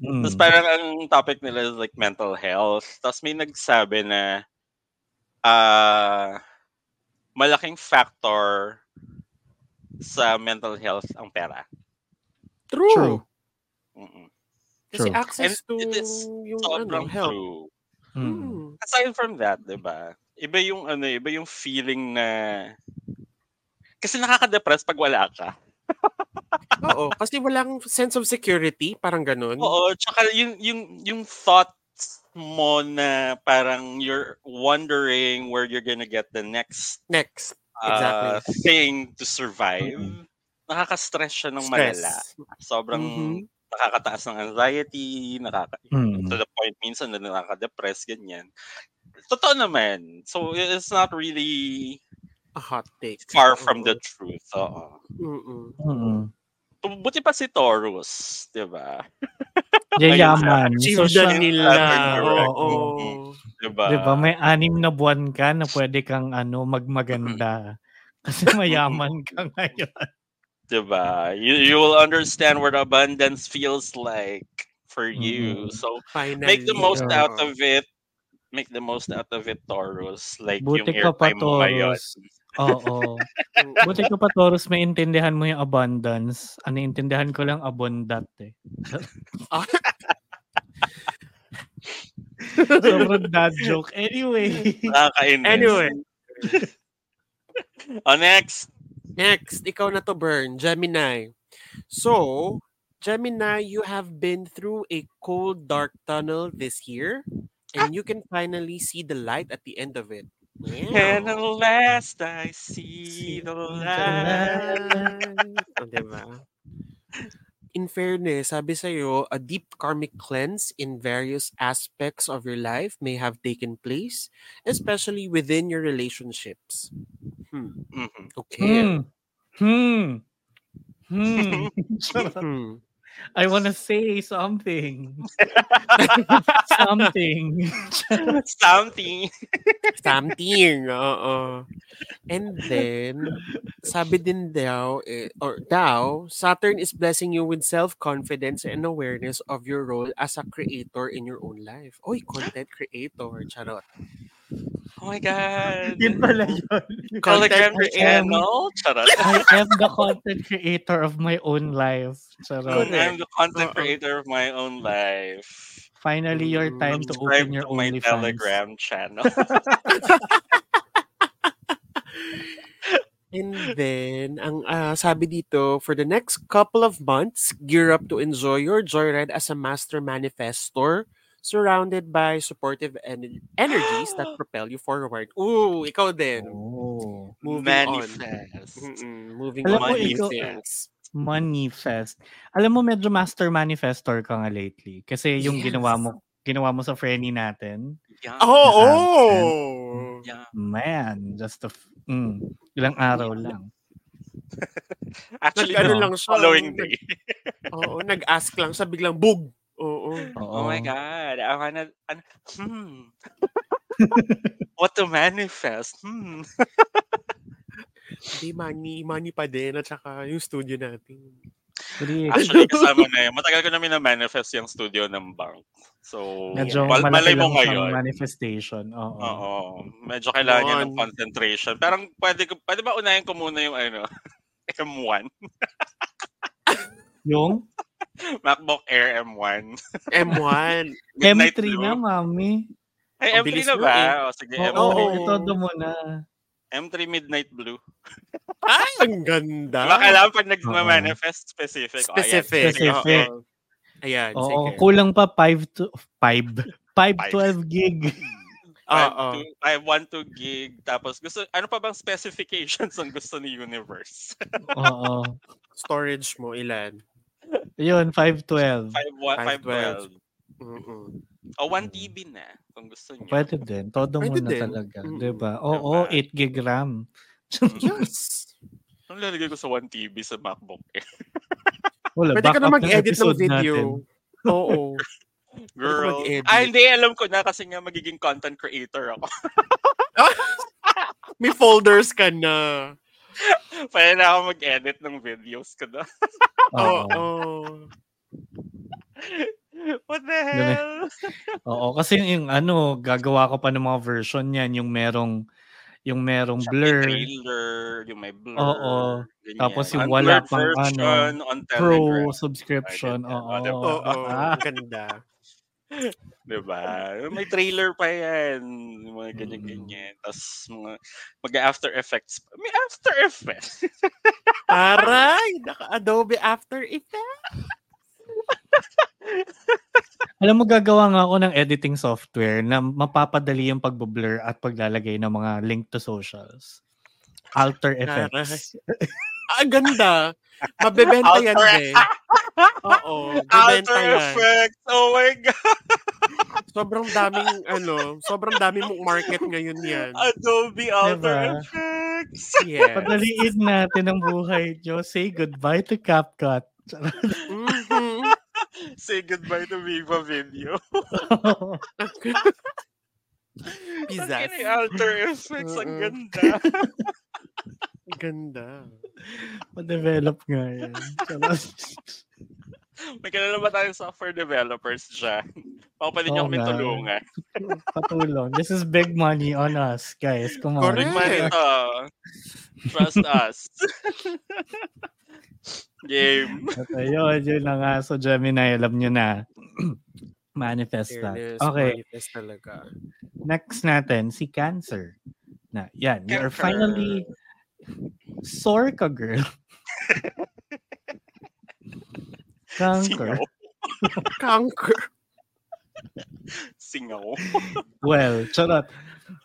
Speaker 2: Mm.
Speaker 1: Tapos parang ang topic nila is like mental health. Tapos may nagsabi na ah malaking factor sa mental health ang pera.
Speaker 3: True.
Speaker 2: True.
Speaker 1: Mm-mm.
Speaker 3: Kasi
Speaker 2: True.
Speaker 3: access
Speaker 1: And
Speaker 3: to
Speaker 1: it is
Speaker 3: yung ano,
Speaker 1: Sobrang
Speaker 3: help.
Speaker 1: true.
Speaker 2: Mm.
Speaker 3: Mm.
Speaker 1: Aside from that, 'di ba? Iba yung ano, iba yung feeling na kasi nakaka-depress pag wala ka.
Speaker 3: Oo. Kasi walang sense of security. Parang ganun.
Speaker 1: Oo, tsaka yung yung yung thoughts mo na parang you're wondering where you're gonna get the next
Speaker 3: Next.
Speaker 1: uh,
Speaker 3: Exactly.
Speaker 1: thing to survive,
Speaker 2: Mhm.
Speaker 1: nakaka-stress siya ng
Speaker 3: Stress.
Speaker 1: malala. Sobrang
Speaker 3: Mhm.
Speaker 1: nakakataas ng anxiety, nakaka
Speaker 2: Mm.
Speaker 1: to the point minsan na nakaka-depress, ganyan. Totoo naman. So, i- it's not really
Speaker 3: A hot take.
Speaker 1: far from the
Speaker 3: Oo.
Speaker 1: truth. Oo.
Speaker 3: Mm-mm.
Speaker 2: Mm.
Speaker 1: So, Buti pa si Taurus, di ba?
Speaker 2: Yayaman. So
Speaker 3: Achieve
Speaker 2: siya,
Speaker 3: na nila.
Speaker 1: Correct.
Speaker 3: Oo.
Speaker 1: Mhm. Di ba?
Speaker 2: di ba, Diba, may anim na buwan ka na pwede kang ano, magmaganda. Kasi mayaman ka ngayon.
Speaker 1: Di ba? You, you will understand what abundance feels like for you.
Speaker 2: Mhm.
Speaker 1: So,
Speaker 3: Finally.
Speaker 1: make the most
Speaker 2: Yeah.
Speaker 1: out of it. Make the most out of it, Taurus. Like
Speaker 2: Buti
Speaker 1: yung
Speaker 2: ka pa,
Speaker 1: airtime mo ngayon.
Speaker 2: Taurus. Oo.
Speaker 3: Mm.
Speaker 2: Buti ka pa, Taurus, maintindihan mo yung abundance. Ano, intindihan ko lang abundat eh. Sobrang dad joke. Anyway.
Speaker 1: Nakakainis.
Speaker 3: Anyway.
Speaker 1: Oh, next.
Speaker 3: Next, ikaw na to, Bern. Gemini. So, Gemini, you have been through a cold, dark tunnel this year,
Speaker 1: Ah!
Speaker 3: and you can finally see the light at the end of it.
Speaker 1: And at
Speaker 3: Yeah.
Speaker 2: Hmm.
Speaker 1: last I see the light.
Speaker 3: O, diba? In fairness, sabi sa'yo, a deep karmic cleanse in various aspects of your life may have taken place, especially within your relationships. Hmm.
Speaker 1: Mhm.
Speaker 3: Okay.
Speaker 2: Hmm. Hmm. Hmm. Charot.
Speaker 3: Hmm.
Speaker 2: I wanna say something. something.
Speaker 1: Something.
Speaker 3: Something, oo. And then, sabi din daw, eh, or daw, Saturn is blessing you with self-confidence and awareness of your role as a creator in your own life. Oy, content creator, charot.
Speaker 1: Oh my God.
Speaker 2: Yun pala yun.
Speaker 1: Telegram
Speaker 3: Content
Speaker 1: channel. Charot.
Speaker 2: I am the content creator of my own life. Charot.
Speaker 1: I'm the content
Speaker 3: Oo.
Speaker 1: creator of my own life.
Speaker 2: Finally, your time to
Speaker 1: Mm, Subscribe
Speaker 2: open your
Speaker 1: to my
Speaker 2: only fans.
Speaker 1: Telegram channel.
Speaker 3: And then, ang ah, sabi dito, for the next couple of months, gear up to enjoy your joyride as a master manifestor surrounded by supportive en- energies that propel you forward. Ooh, ikaw din.
Speaker 2: Oh.
Speaker 3: Moving
Speaker 1: Manifest.
Speaker 3: on. Mm-mm, moving
Speaker 2: Alam
Speaker 3: on.
Speaker 1: mo,
Speaker 3: to
Speaker 2: ikaw-
Speaker 3: things.
Speaker 2: Manifest. Alam mo, medyo master manifestor ka nga lately. Kasi yung ginawa
Speaker 3: Yes.
Speaker 2: mo ginawa mo sa Frenny natin,
Speaker 1: Yeah.
Speaker 3: Oo! Oh,
Speaker 1: Yeah.
Speaker 2: man, just a, f- mm, ilang araw lang.
Speaker 1: Actually,
Speaker 2: Nag-ano
Speaker 1: the
Speaker 3: lang siya. oh.
Speaker 1: following day.
Speaker 3: Oo, nag-ask lang siya biglang bug. Oo.
Speaker 1: Oh, my God. I wanna, an- hmm. What to manifest? Hmm.
Speaker 3: Hindi, money, money pa din at saka yung studio natin.
Speaker 2: Actually,
Speaker 1: Actually, kasama na yun. Matagal ko namin na-manifest yung studio ng bank. So,
Speaker 2: medyo
Speaker 1: mal-
Speaker 2: malaki
Speaker 1: malay
Speaker 2: lang siyang
Speaker 1: mo ngayon.
Speaker 2: manifestation. Oo.
Speaker 1: Oo. Medyo kailangan niya ng
Speaker 3: Yun.
Speaker 1: concentration. Parang pwede, ko- pwede ba unahin ko muna yung ano, M1?
Speaker 2: Yung
Speaker 1: MacBook Air M1.
Speaker 3: M1.
Speaker 1: Midnight
Speaker 2: M3
Speaker 1: Blue.
Speaker 2: na, mami.
Speaker 1: Ay,
Speaker 3: Ang
Speaker 1: M3
Speaker 3: bilis
Speaker 1: na
Speaker 3: mo
Speaker 1: ba?
Speaker 3: eh.
Speaker 1: O, sige,
Speaker 2: Oo,
Speaker 1: M3.
Speaker 2: oh, todo mo na.
Speaker 1: M3 Midnight Blue.
Speaker 3: Ay, ang ganda.
Speaker 1: Diba kailangan
Speaker 2: Ah.
Speaker 1: pag
Speaker 2: Oo.
Speaker 1: nag-manifest specific? O, ayan.
Speaker 3: Specific.
Speaker 2: Specific.
Speaker 3: Oo. Ayan,
Speaker 2: Oo,
Speaker 3: sige.
Speaker 2: kulang pa 5 to 5. 512 gig.
Speaker 1: Five
Speaker 3: Oo.
Speaker 1: to- five, one to gig. Tapos gusto, ano pa bang specifications ang gusto ni Universe?
Speaker 2: Oo.
Speaker 3: Storage mo, ilan?
Speaker 2: Yun, 512.
Speaker 1: 512.
Speaker 3: 512. Mm-mm.
Speaker 1: O 1 TB na kung gusto niyo.
Speaker 2: Pwede din. Todo mo
Speaker 3: Pwede
Speaker 2: na
Speaker 3: din. Mm,
Speaker 2: talaga.
Speaker 3: Mm-mm.
Speaker 2: Diba? Oo,
Speaker 1: Diba?
Speaker 2: 8 gig RAM.
Speaker 3: Yes.
Speaker 1: Ang lalagay ko sa 1 TB sa MacBook Air.
Speaker 2: Wala,
Speaker 3: Pwede ka
Speaker 2: backup
Speaker 3: na mag-edit ng
Speaker 2: episode
Speaker 3: video. Oo.
Speaker 1: Girl.
Speaker 3: mag-edit.
Speaker 1: Ah, hindi. Alam ko na kasi nga magiging content creator ako.
Speaker 3: May folders ka na.
Speaker 1: Pwede na ako mag-edit ng videos ko na.
Speaker 2: Oo.
Speaker 3: Oo.
Speaker 1: What the
Speaker 2: Yun eh.
Speaker 1: hell?
Speaker 2: Oo, kasi yung ano, gagawa ko pa ng mga version niyan, yung merong yung merong
Speaker 1: Siya may
Speaker 2: blur,
Speaker 1: trailer, yung may blur.
Speaker 2: Oo.
Speaker 1: ganyan.
Speaker 2: Tapos yung
Speaker 1: Ang
Speaker 2: wala
Speaker 1: blurred
Speaker 2: pang ano,
Speaker 1: version on Telegram.
Speaker 2: pro subscription.
Speaker 1: Ay, ganyan.
Speaker 2: Oo.
Speaker 1: O, diba?
Speaker 3: Oo.
Speaker 2: Ah.
Speaker 3: Ang ganda.
Speaker 1: Diba? May trailer pa yan. Yung Mga
Speaker 2: Mm.
Speaker 1: ganyan-ganyan. Tapos mga mag-after effects. pa. May after effects.
Speaker 3: Aray! Naka-Adobe After Effects.
Speaker 2: Alam mo, gagawa nga ako ng editing software na mapapadali yung pagbablur at paglalagay ng mga link to socials. Alter effects.
Speaker 3: Ah, ang ganda. Mabebenta yan
Speaker 1: After-
Speaker 3: eh. Oo. Mabebenta
Speaker 1: After
Speaker 3: yan.
Speaker 1: effects! Oh my God!
Speaker 3: Sobrang daming, ano, sobrang daming mong market ngayon yan.
Speaker 1: Adobe After
Speaker 2: Diba?
Speaker 1: Effects!
Speaker 3: Yes.
Speaker 2: Padaliin natin ang buhay nyo. Say goodbye to CapCut.
Speaker 3: Mhm.
Speaker 1: Say goodbye to Viva Video.
Speaker 3: Pizzas.
Speaker 1: Ang Alter Effects. Ang
Speaker 3: Mm-mm.
Speaker 1: ganda.
Speaker 3: Ang Ganda.
Speaker 2: Pa-develop nga yan. Charot.
Speaker 1: May kilala ba tayong software developers dyan? Baka pwede niyo
Speaker 2: Oo
Speaker 1: kami
Speaker 2: nga.
Speaker 1: tulungan.
Speaker 2: Patulong. This is big money on us, guys. Come on.
Speaker 3: Correct.
Speaker 1: Big money to. uh, Trust us. Game.
Speaker 2: At ayun, yun na nga. So, Gemini, alam nyo na. Manifest that.
Speaker 3: Fairness,
Speaker 2: Okay.
Speaker 3: manifest talaga.
Speaker 2: Next natin, si Cancer. Na, yan. You are
Speaker 1: Cancer.
Speaker 2: finally... Sorry ka, girl. Cancer.
Speaker 1: Singaw.
Speaker 3: Conquer.
Speaker 1: Singaw.
Speaker 2: Well, charot.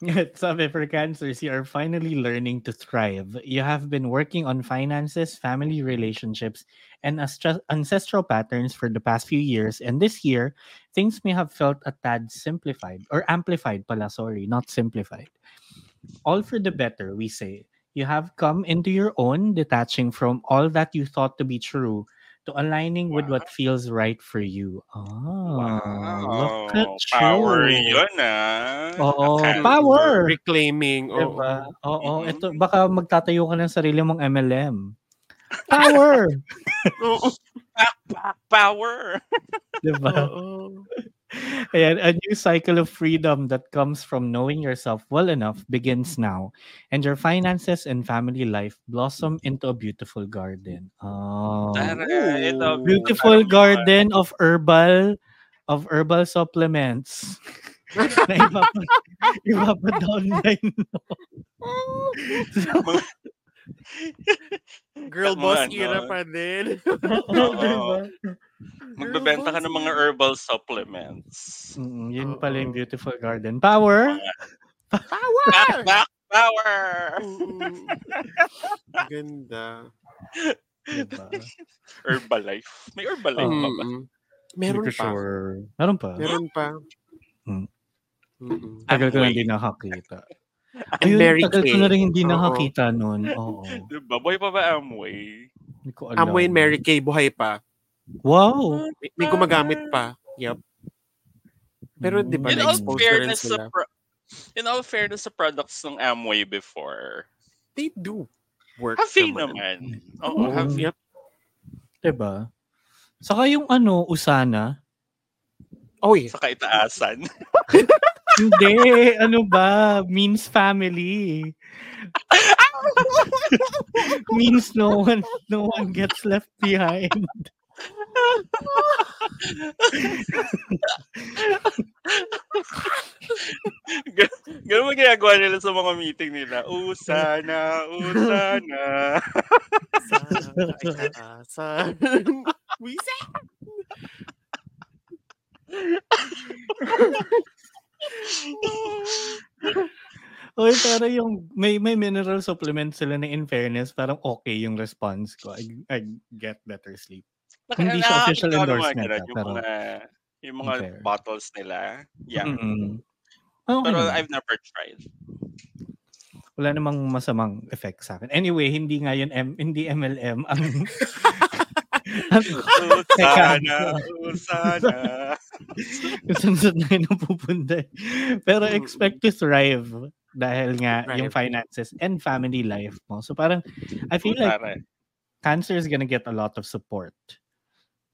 Speaker 2: Sabi for cancers, you are finally learning to thrive. You have been working on finances, family relationships, and astra- ancestral patterns for the past few years. And this year, things may have felt a tad simplified or amplified, pala, sorry, not simplified. All for the better, we say. You have come into your own, detaching from all that you thought to be true to aligning with
Speaker 1: Wow.
Speaker 2: what feels right for you. Oh,
Speaker 1: Wow.
Speaker 2: look at
Speaker 1: Power
Speaker 2: you. Oh,
Speaker 1: yun ah.
Speaker 2: Oo,
Speaker 1: Okay.
Speaker 2: power.
Speaker 3: Reclaiming. Oo.
Speaker 2: Diba? Oo,
Speaker 1: Mhm.
Speaker 2: ito, baka magtatayo ka ng sarili mong MLM. Power!
Speaker 3: Oo.
Speaker 1: Pa- Power.
Speaker 2: diba?
Speaker 3: Oo.
Speaker 2: Ayan, a new cycle of freedom that comes from knowing yourself well enough begins now. And your finances and family life blossom into a beautiful garden. Oh.
Speaker 1: Taray, ito,
Speaker 2: Beautiful
Speaker 1: parang-
Speaker 2: garden of herbal of herbal supplements. na iba pa, iba pa downline.
Speaker 3: Girl
Speaker 1: Tama,
Speaker 3: boss
Speaker 1: no?
Speaker 3: era pa din.
Speaker 2: Oo, diba?
Speaker 1: Magbebenta ka ng mga herbal supplements.
Speaker 2: Mm, yun
Speaker 3: Oo.
Speaker 2: pala yung beautiful garden. Power!
Speaker 1: Back,
Speaker 3: Power!
Speaker 1: back, power!
Speaker 3: Mm. Ganda.
Speaker 2: Diba?
Speaker 1: Herbalife. May
Speaker 3: Oh,
Speaker 1: Herbalife pa ba?
Speaker 3: Mm-mm. Mm, Meron
Speaker 2: Hindi ko
Speaker 3: pa.
Speaker 2: Sure. Meron pa.
Speaker 3: Meron pa.
Speaker 2: Mm.
Speaker 3: Mm-mm.
Speaker 2: Tagal ko na
Speaker 1: Amway.
Speaker 2: hindi nakakita.
Speaker 3: And
Speaker 2: Ayun,
Speaker 3: Mary
Speaker 2: tagal ko
Speaker 3: Kay.
Speaker 2: na rin hindi
Speaker 3: Oo.
Speaker 2: nakakita noon. Oo.
Speaker 1: Diba? Boy pa ba Amway?
Speaker 2: Hindi ko alam.
Speaker 3: Amway and Mary Kay buhay pa.
Speaker 2: Wow!
Speaker 3: May, may gumagamit pa. Yep. Pero di ba
Speaker 2: Mm.
Speaker 1: In all
Speaker 3: na-expose na rin
Speaker 1: fairness sa
Speaker 3: sila?
Speaker 1: pro- in all fairness sa products ng Amway before.
Speaker 3: They do work Oh,
Speaker 1: Have they naman? Oo,
Speaker 2: Mm. Oo.
Speaker 1: have they?
Speaker 3: Yep.
Speaker 2: Diba? Saka yung ano, Usana.
Speaker 3: Oh, yeah.
Speaker 1: Sa kaitaasan.
Speaker 2: hindi, ano ba? Means family. Means no one no one gets left behind.
Speaker 1: Ganun ang ginagawa nila sa mga meeting nila. Usana, usana.
Speaker 3: ah, Sa Wisa.
Speaker 2: Oy, pero yung may may mineral supplement sila na in fairness, parang okay yung response ko. I, I get better sleep. Hindi siya official
Speaker 1: Nakakatawa naman
Speaker 2: endorsement, ah,
Speaker 1: ganun, Yung
Speaker 2: pero-
Speaker 1: mga, yung mga
Speaker 2: Fair.
Speaker 1: bottles nila. Yeah.
Speaker 2: Mm-mm. Ah, okay
Speaker 1: Pero
Speaker 2: naman.
Speaker 1: I've never tried.
Speaker 2: wala namang masamang effect sa akin. Anyway, hindi nga yun M, hindi MLM ang ang
Speaker 1: Usana, usana.
Speaker 2: sunod na yun ang pupunta. eh. Pero
Speaker 3: Mm.
Speaker 2: expect to thrive dahil nga yung
Speaker 3: Thrive.
Speaker 2: finances and family life mo. So parang I feel like
Speaker 1: Pare.
Speaker 2: cancer is gonna get a lot of support.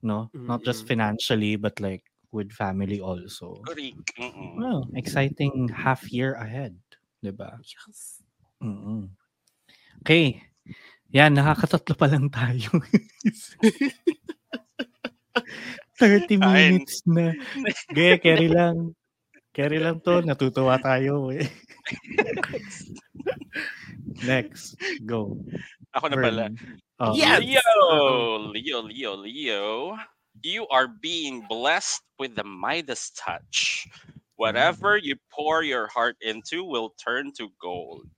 Speaker 2: No? Not just
Speaker 3: Mm-mm.
Speaker 2: financially but like with family also.
Speaker 1: Kurik. Mm-mm.
Speaker 2: Wow, exciting half year ahead. 'di ba?
Speaker 3: Yes.
Speaker 2: mm Okay. Yan, nakakatatlo pa lang tayo. 30
Speaker 1: Kain.
Speaker 2: minutes na. Gaya, carry lang. Carry lang to. Natutuwa tayo. Eh. Next. Go.
Speaker 1: Ako na pala.
Speaker 2: Vern. Oh.
Speaker 3: Yeah.
Speaker 1: Leo, Leo, Leo, Leo. You are being blessed with the Midas touch. Whatever you pour your heart into will turn to gold.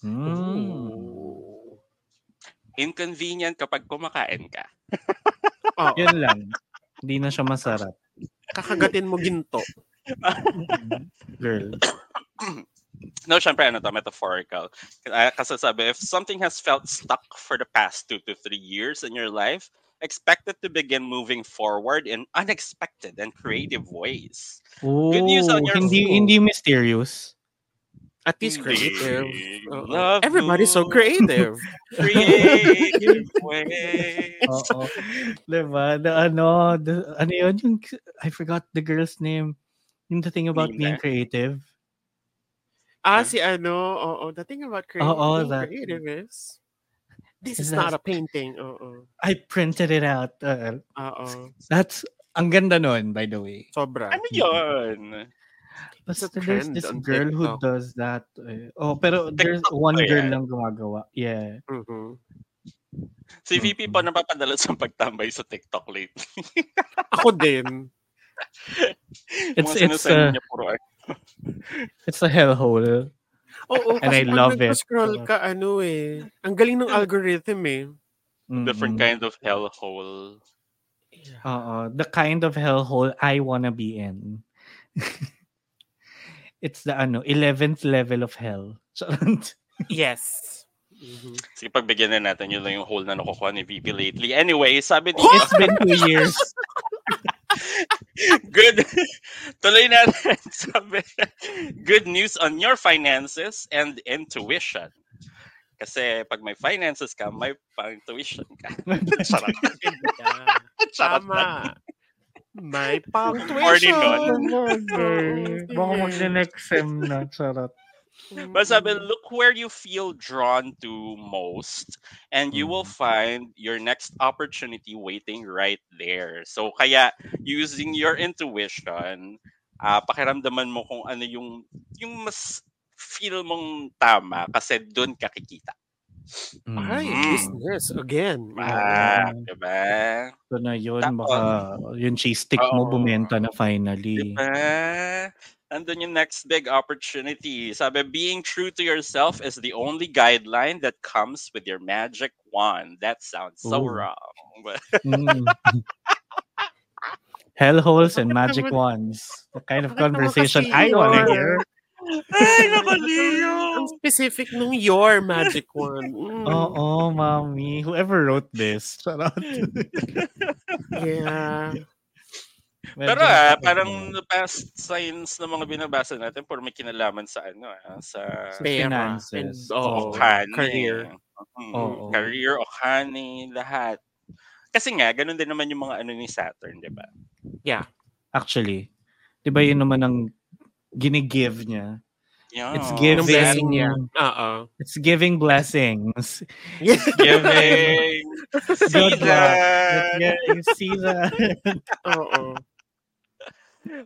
Speaker 2: Mm.
Speaker 3: Ooh.
Speaker 1: Inconvenient kapag kumakain ka.
Speaker 3: Oh,
Speaker 2: Yun lang. Hindi na siya masarap.
Speaker 3: kakagatin mo ginto.
Speaker 2: Girl.
Speaker 1: No, syempre, ano to, metaphorical. Ah, Kasi sabi, if something has felt stuck for the past two to three years in your life, expect it to begin moving forward in unexpected and creative ways.
Speaker 2: Oh,
Speaker 1: news on your
Speaker 2: hindi,
Speaker 3: phone.
Speaker 2: hindi mysterious.
Speaker 3: At least creative.
Speaker 1: Indeed.
Speaker 3: Oo.
Speaker 1: Love
Speaker 3: Everybody's so
Speaker 1: you.
Speaker 3: creative.
Speaker 1: Creative ways.
Speaker 2: Oo. diba? The ano, the, ano yun? Yung, I forgot the girl's name. Yung the thing about being
Speaker 1: Nina?
Speaker 2: creative.
Speaker 3: Ah, si ano, oo, the thing about creative,
Speaker 2: Oo,
Speaker 3: being
Speaker 2: that-
Speaker 3: creative is, this
Speaker 2: Is
Speaker 3: is
Speaker 2: that-
Speaker 3: not a painting, oo,
Speaker 2: I printed it out. Uh,
Speaker 3: oo,
Speaker 2: that's, ang ganda nun, by the way.
Speaker 3: sobra.
Speaker 1: Ano yun?
Speaker 2: Basta
Speaker 3: It's a
Speaker 2: there's
Speaker 3: trend
Speaker 2: this
Speaker 3: on
Speaker 2: girl who
Speaker 3: TikTok.
Speaker 2: does that. eh. oh, pero there's
Speaker 1: TikTok
Speaker 2: one
Speaker 1: ba
Speaker 2: girl
Speaker 1: yan?
Speaker 2: lang gumagawa. Yeah.
Speaker 3: Mhm.
Speaker 1: Si VP pa napapadala sa pagtambay sa TikTok late.
Speaker 3: Ako din.
Speaker 2: It's,
Speaker 1: Mga
Speaker 2: it's, uh,
Speaker 1: sinasend
Speaker 2: a,
Speaker 1: niya puro ano.
Speaker 2: it's a hellhole.
Speaker 3: Oo,
Speaker 2: And I
Speaker 3: kasi pag
Speaker 2: love it.
Speaker 3: nagpa-scroll ka, ano eh, ang galing ng algorithm eh.
Speaker 1: different
Speaker 2: Mm-mm.
Speaker 1: kind of hellhole.
Speaker 2: Oo, the kind of hellhole I wanna be in. it's the ano, 11th level of hell. Charot.
Speaker 3: Yes. Mhm.
Speaker 1: Sige, pagbigyan na natin yun lang yung hole na nakukuha ni VP lately. Anyway, sabi ni
Speaker 2: it's been two years.
Speaker 1: good. Tuloy natin. Sabi, good news on your finances and intuition. Kasi pag may finances ka, may pang-tuition ka. Sarap.
Speaker 3: Yeah.
Speaker 1: Sarap na.
Speaker 3: Tama. May
Speaker 1: Morning,
Speaker 3: punctuation.
Speaker 1: Don.
Speaker 2: Baka mag-next sem na. Charot.
Speaker 1: But sabi,
Speaker 3: Mm-hmm.
Speaker 1: look where you feel drawn to most, and you will find your next opportunity waiting right there. So kaya using your intuition, ah pakiramdaman mo kung ano yung yung mas feel mong tama kasi doon ka kikita.
Speaker 3: Ay,
Speaker 1: Mm.
Speaker 3: business again.
Speaker 1: Ah, diba?
Speaker 2: Ito na yun,
Speaker 1: Tapos-
Speaker 2: baka yung cheese stick mo
Speaker 1: Oo.
Speaker 2: bumenta na finally.
Speaker 1: Diba? Andun yung next big opportunity. Sabi, being true to yourself is the only guideline that comes with your magic wand. That sounds so
Speaker 2: Ooh.
Speaker 1: wrong. But
Speaker 2: Mm. Hellholes and magic wands. The kind of
Speaker 3: Bakit naman
Speaker 2: conversation
Speaker 3: kasi
Speaker 2: I wanna
Speaker 3: yun?
Speaker 2: hear.
Speaker 1: Ay, naku, Leo!
Speaker 3: Mm. Ang specific nung your magic wand. Mm.
Speaker 2: Oo, mommy. Whoever wrote this. Charot.
Speaker 3: Yeah.
Speaker 1: Pero ah, parang the past signs ng mga binabasa natin for may kinalaman sa ano ah, sa
Speaker 3: Pera.
Speaker 2: Finances.
Speaker 3: And-
Speaker 2: Oo.
Speaker 3: oo.
Speaker 1: Okani.
Speaker 3: career.
Speaker 1: Mm,
Speaker 2: oh, Oo.
Speaker 1: Career, Okani, lahat. Kasi nga, ganun din naman yung mga ano ni Saturn, di ba?
Speaker 2: Actually, di ba yun naman ang ginigive niya?
Speaker 1: Yeah.
Speaker 2: It's
Speaker 3: Yung
Speaker 2: giving,
Speaker 3: blessing niya. Oo.
Speaker 2: it's giving blessings.
Speaker 1: Giving. See
Speaker 2: Good luck.
Speaker 1: that?
Speaker 2: Yeah, you see that?
Speaker 3: Oo.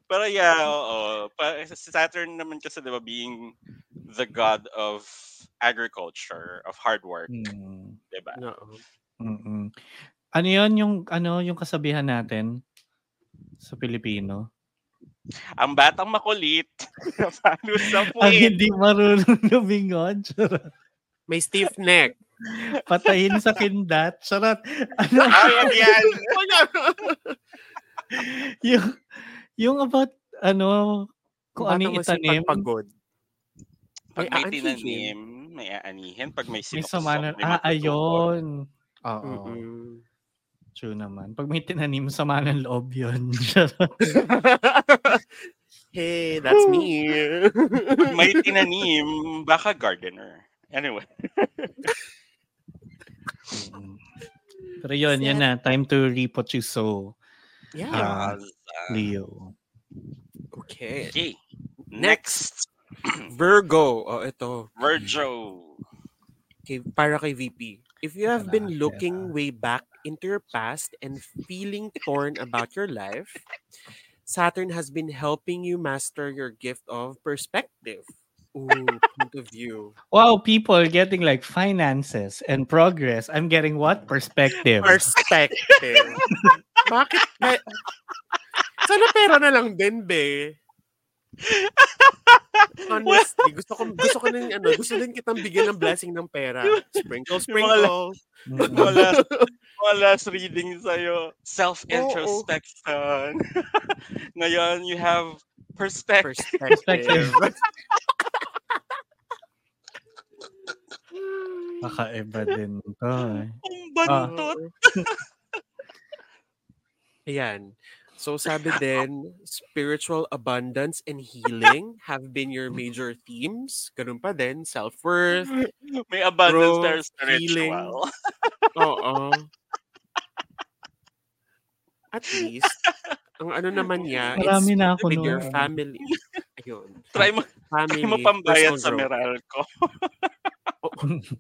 Speaker 1: Pero yeah, oo. Pa- si Saturn naman kasi, di ba, being the god of agriculture, of hard work,
Speaker 2: Hmm.
Speaker 1: di ba?
Speaker 3: Oo.
Speaker 2: Mm-mm. Ano 'yon yung ano yung kasabihan natin sa Pilipino?
Speaker 1: Ang batang makulit, paano sa
Speaker 2: Ang
Speaker 1: puwit?
Speaker 2: hindi marunong lumingon, charot.
Speaker 3: May stiff neck.
Speaker 2: patayin sa kindat, charot. Ano
Speaker 1: Ay, yan.
Speaker 2: yung yung about ano kung ano
Speaker 3: Batang
Speaker 2: yung
Speaker 3: masipag
Speaker 2: itanim,
Speaker 3: Pagod.
Speaker 1: Pag
Speaker 3: May
Speaker 1: may
Speaker 3: aanihin.
Speaker 1: tinanim, may aanihin. Pag may
Speaker 2: may
Speaker 1: sinukso,
Speaker 2: sama na,
Speaker 1: may
Speaker 2: ah,
Speaker 1: matutubo.
Speaker 2: ayun. Oo,
Speaker 3: Mm-mm.
Speaker 2: true naman. Pag may tinanim, sama ng loob yun. Charot.
Speaker 3: hey, that's me.
Speaker 1: Pag may tinanim, baka gardener. Anyway.
Speaker 2: Mm. Pero yun, yan na. Time to reap what you sow,
Speaker 3: yeah.
Speaker 2: Ah.
Speaker 1: yes.
Speaker 2: Leo.
Speaker 3: Okay.
Speaker 1: Okay. Next,
Speaker 3: Virgo. Oh, ito.
Speaker 1: Virgo.
Speaker 3: Kay, para kay VP. If you have
Speaker 2: Tara,
Speaker 3: been looking
Speaker 2: tara.
Speaker 3: way back into your past and feeling torn about your life, Saturn has been helping you master your gift of perspective. Ooh, point of view.
Speaker 2: Wow, people getting like finances and progress. I'm getting what perspective?
Speaker 3: Perspective. Bakit? Ba- Sana pera na lang din, be. Honestly, gusto ko gusto ko din ano, gusto din kitang bigyan ng blessing ng pera. Sprinkle, sprinkle.
Speaker 2: Mm-mm.
Speaker 1: Wala, wala reading sa'yo. Self-introspection. Ngayon, you have perspective.
Speaker 3: Perspective.
Speaker 2: Kakaiba din to. eh.
Speaker 1: Ang
Speaker 2: Ah.
Speaker 1: bantot.
Speaker 3: Ayan. So sabi din, spiritual abundance and healing have been your major themes. Ganun pa din, self-worth.
Speaker 1: May abundance
Speaker 3: Bro,
Speaker 1: there
Speaker 3: Ah. feeling.
Speaker 1: spiritual.
Speaker 3: Oo. At least, ang ano naman niya,
Speaker 2: Marami na
Speaker 3: it's
Speaker 2: ako
Speaker 3: with your
Speaker 2: noon.
Speaker 3: family. Ayun.
Speaker 1: Try mo,
Speaker 3: Family.
Speaker 1: try mo pambayad
Speaker 3: personal
Speaker 1: sa
Speaker 3: growth.
Speaker 1: Meralco.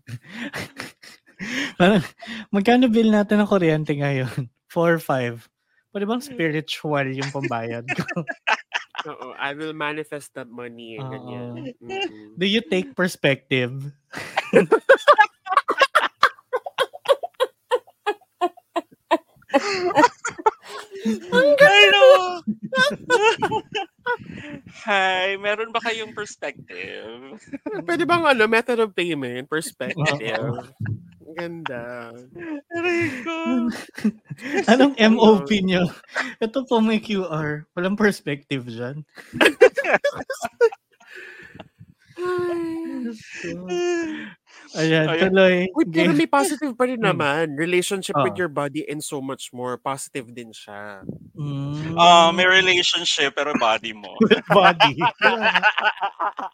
Speaker 2: Parang, magkano bill natin ng kuryente ngayon? 4-5. Pwede bang spiritual yung pambayad ko?
Speaker 3: Oo, I will manifest that money. Ganyan. Mm-mm.
Speaker 2: Do you take perspective?
Speaker 1: Hello! Hi, meron ba kayong perspective?
Speaker 3: Pwede bang ano, method of payment, perspective. Ang Ganda.
Speaker 1: Aray ko. Ano
Speaker 2: Anong MOP nyo? Ito po may QR. Walang perspective dyan. Ayan,
Speaker 1: Ayan.
Speaker 2: tuloy.
Speaker 3: Uy, pero
Speaker 2: Game.
Speaker 3: may positive pa rin
Speaker 2: Mm.
Speaker 3: naman. Relationship with
Speaker 2: Ah.
Speaker 3: your body and so much more. Positive din siya.
Speaker 2: Mm.
Speaker 1: Ah, may relationship pero body mo.
Speaker 2: With body.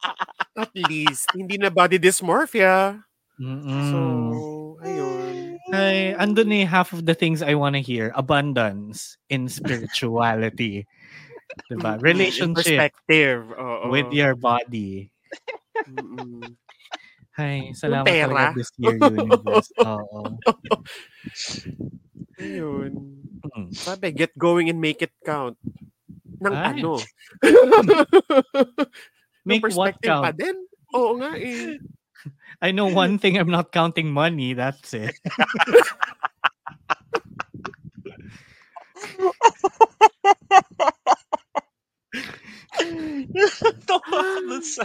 Speaker 3: At least, hindi na body dysmorphia.
Speaker 2: Mm-mm.
Speaker 3: So,
Speaker 1: Mm.
Speaker 3: ayun.
Speaker 2: Ay, andun eh, half of the things I want to hear. Abundance in spirituality. diba?
Speaker 3: Mm-mm.
Speaker 2: Relationship
Speaker 3: Perspective. Oh. Oo.
Speaker 2: with your body.
Speaker 3: Mm-mm.
Speaker 2: Ay, salamat
Speaker 3: pera.
Speaker 2: talaga this year, universe. Oo.
Speaker 3: Ayun.
Speaker 2: Mm.
Speaker 3: Sabi, get going and make it count. Nang
Speaker 2: Ay.
Speaker 3: ano?
Speaker 2: Make what
Speaker 3: Ng perspective pa
Speaker 2: count?
Speaker 3: din. Oo nga eh.
Speaker 2: I know one thing I'm not counting money, that's it.
Speaker 1: Tawa ka dun sa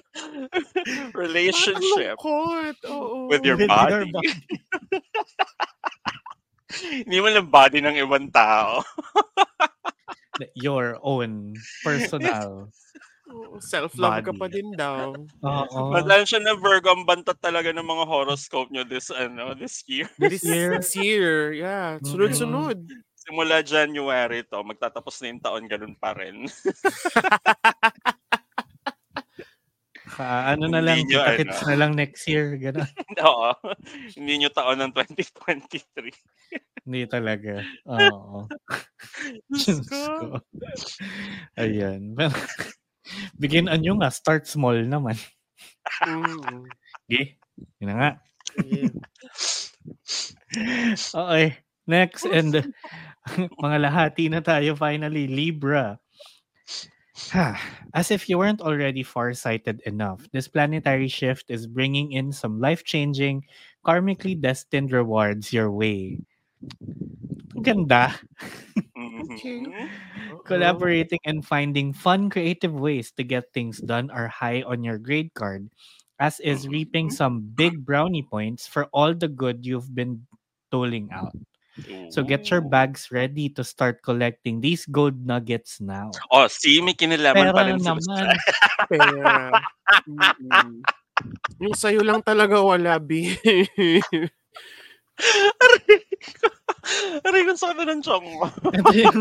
Speaker 1: relationship
Speaker 3: Lungkot, oo.
Speaker 1: with your
Speaker 2: With your
Speaker 1: body. Hindi mo lang body ng ibang tao.
Speaker 2: Your own personal.
Speaker 3: Oo, Self-love ka
Speaker 2: body.
Speaker 3: pa din daw.
Speaker 2: Oo.
Speaker 1: Pasensya na Virgo, ang bantat talaga ng mga horoscope nyo this, ano, this year.
Speaker 2: This year,
Speaker 3: This year, yeah. Sunod-sunod.
Speaker 1: Simula January to, magtatapos na yung taon, ganun pa rin.
Speaker 2: ka, ano na lang,
Speaker 1: Hindi nyo, ano.
Speaker 2: kita-kits na lang next year. Ganun.
Speaker 1: Oo. Hindi nyo taon ng 2023.
Speaker 2: Hindi talaga. Oo. Diyos ko. Ayan. Well, Beginan nyo nga. Start small naman.
Speaker 3: Mm,
Speaker 2: Okay? Yun na nga.
Speaker 3: yeah.
Speaker 2: Okay. Next and mga lahati na tayo finally. Libra. Ha, As if you weren't already farsighted enough, this planetary shift is bringing in some life-changing, karmically destined rewards your way. Ang ganda.
Speaker 1: Mhm.
Speaker 3: Oo.
Speaker 2: Collaborating and finding fun, creative ways to get things done are high on your grade card, as is reaping some big brownie points for all the good you've been doling out. So get your bags ready to start collecting these gold nuggets now.
Speaker 1: Oh, see, may kinilaman pa
Speaker 2: Pera
Speaker 1: rin sila.
Speaker 2: naman.
Speaker 3: Pera. Mm-mm. Yung sa'yo lang talaga wala, B.
Speaker 1: Aray ko sabi ng chong mo.
Speaker 2: Ito yung...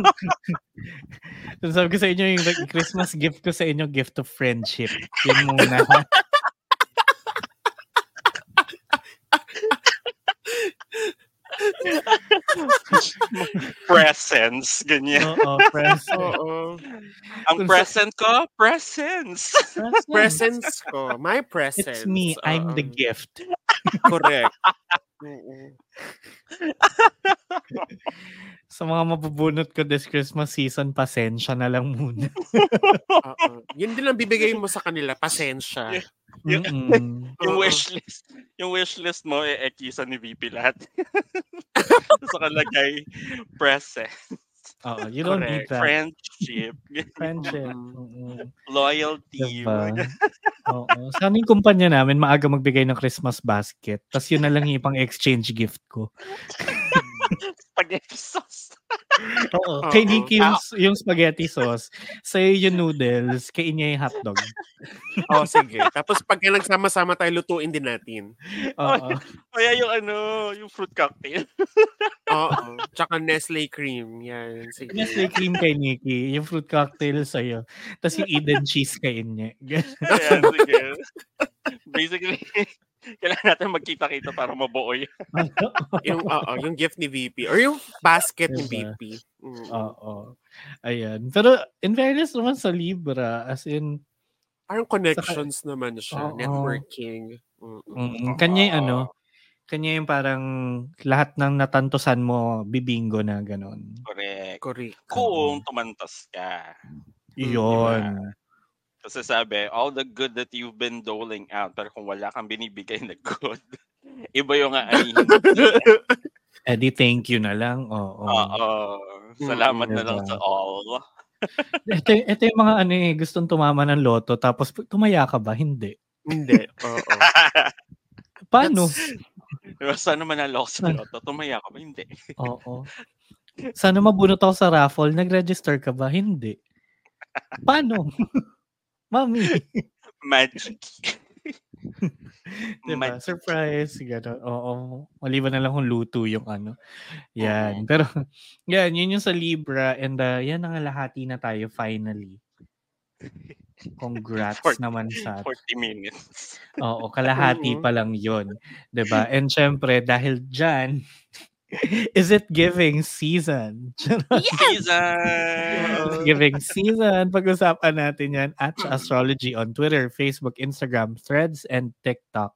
Speaker 2: Yung sabi ko sa inyo, yung like, Christmas gift ko sa inyo, gift of friendship. Yun muna.
Speaker 1: Presence, ganyan.
Speaker 2: Oo, present.
Speaker 3: Oo.
Speaker 1: Ang present ko, presence.
Speaker 3: Presence ko. My presence.
Speaker 2: It's me. I'm the
Speaker 3: Oo.
Speaker 2: gift.
Speaker 3: Correct. Oo.
Speaker 2: Sa mga mabubunot ko this Christmas season, pasensya na lang muna.
Speaker 3: Oo. Yun din ang bibigay mo sa kanila. Pasensya.
Speaker 1: Yeah.
Speaker 2: Mm-mm.
Speaker 1: yung
Speaker 3: Oo.
Speaker 1: wish list, yung wish list mo, e ekisa ni VP lahat. Sa kalagay, present,
Speaker 2: Oo, you don't need
Speaker 3: Correct.
Speaker 2: that.
Speaker 1: friendship,
Speaker 2: Friendship.
Speaker 3: Mm.
Speaker 2: Mm-mm.
Speaker 1: loyalty.
Speaker 2: Diba?
Speaker 1: mga-
Speaker 2: Oo. Sana yung kumpanya namin maaga magbigay ng Christmas basket. Tapos yun na lang yung pang-exchange gift ko.
Speaker 1: Spaghetti sauce.
Speaker 2: Oo.
Speaker 3: Oo.
Speaker 2: Kay Nikki yung, yung spaghetti sauce. Sa'yo yung noodles. Kay Inya yung hotdog.
Speaker 3: Oh, sige. Tapos pag nagsama-sama tayo, lutuin din natin.
Speaker 2: Oo.
Speaker 1: Kaya yung ano, yung fruit cocktail.
Speaker 3: Oo. Tsaka Nestle cream. Yan. Sige.
Speaker 2: Nestle cream kay Nikki. Yung fruit cocktail sa'yo. Tapos yung Eden cheese kay Inya.
Speaker 1: Ayan, sige. Basically, kailangan natin magkita-kita para mabuo yun.
Speaker 3: Yung, oo, yung gift ni VP. Or yung basket ni
Speaker 2: Diba?
Speaker 3: VP. Mm.
Speaker 2: Oo. Ayan. Pero in fairness naman sa Libra, as in,
Speaker 3: Parang connections naman siya.
Speaker 2: Oo.
Speaker 3: Networking. Mm-mm.
Speaker 2: mm, kanya yung ano, kanya yung parang lahat ng natantosan mo, bibingo na ganon.
Speaker 1: Correct.
Speaker 3: Correct.
Speaker 1: Kung tumantas ka.
Speaker 2: Yun.
Speaker 1: Kasi sabi, all the good that you've been doling out, pero kung wala kang binibigay na good, iba yung aanihin.
Speaker 2: Eddie, Eh, thank you na lang. Oo.
Speaker 1: Oo. Salamat na lang
Speaker 2: Diba?
Speaker 1: sa all.
Speaker 2: Ito, ito yung mga ano eh, gustong tumama ng loto, tapos tumaya ka ba? Hindi.
Speaker 3: Hindi. Oo.
Speaker 2: Paano?
Speaker 1: Diba, sana manalo ako sa loto. Tumaya ka ba? Hindi.
Speaker 2: Oo. Sana mabunot ako sa raffle. Nag-register ka ba? Hindi. Paano? Mami.
Speaker 1: Magic.
Speaker 2: Diba?
Speaker 1: Magic.
Speaker 2: Surprise. Gano'n. Oo. Maliban na lang kung luto yung ano. Yan. Pero, yan. Yun yung sa Libra. And uh, yan ang lahati na tayo finally. Congrats
Speaker 1: For-
Speaker 2: naman sa
Speaker 1: 40 minutes.
Speaker 2: Oo, kalahati
Speaker 3: Oo.
Speaker 2: pa lang yun. 'Di ba? And syempre, dahil dyan, is it giving season?
Speaker 1: Season!
Speaker 2: Is it giving season. Pag-usapan natin yan at sa astrology on Twitter, Facebook, Instagram, Threads, and TikTok.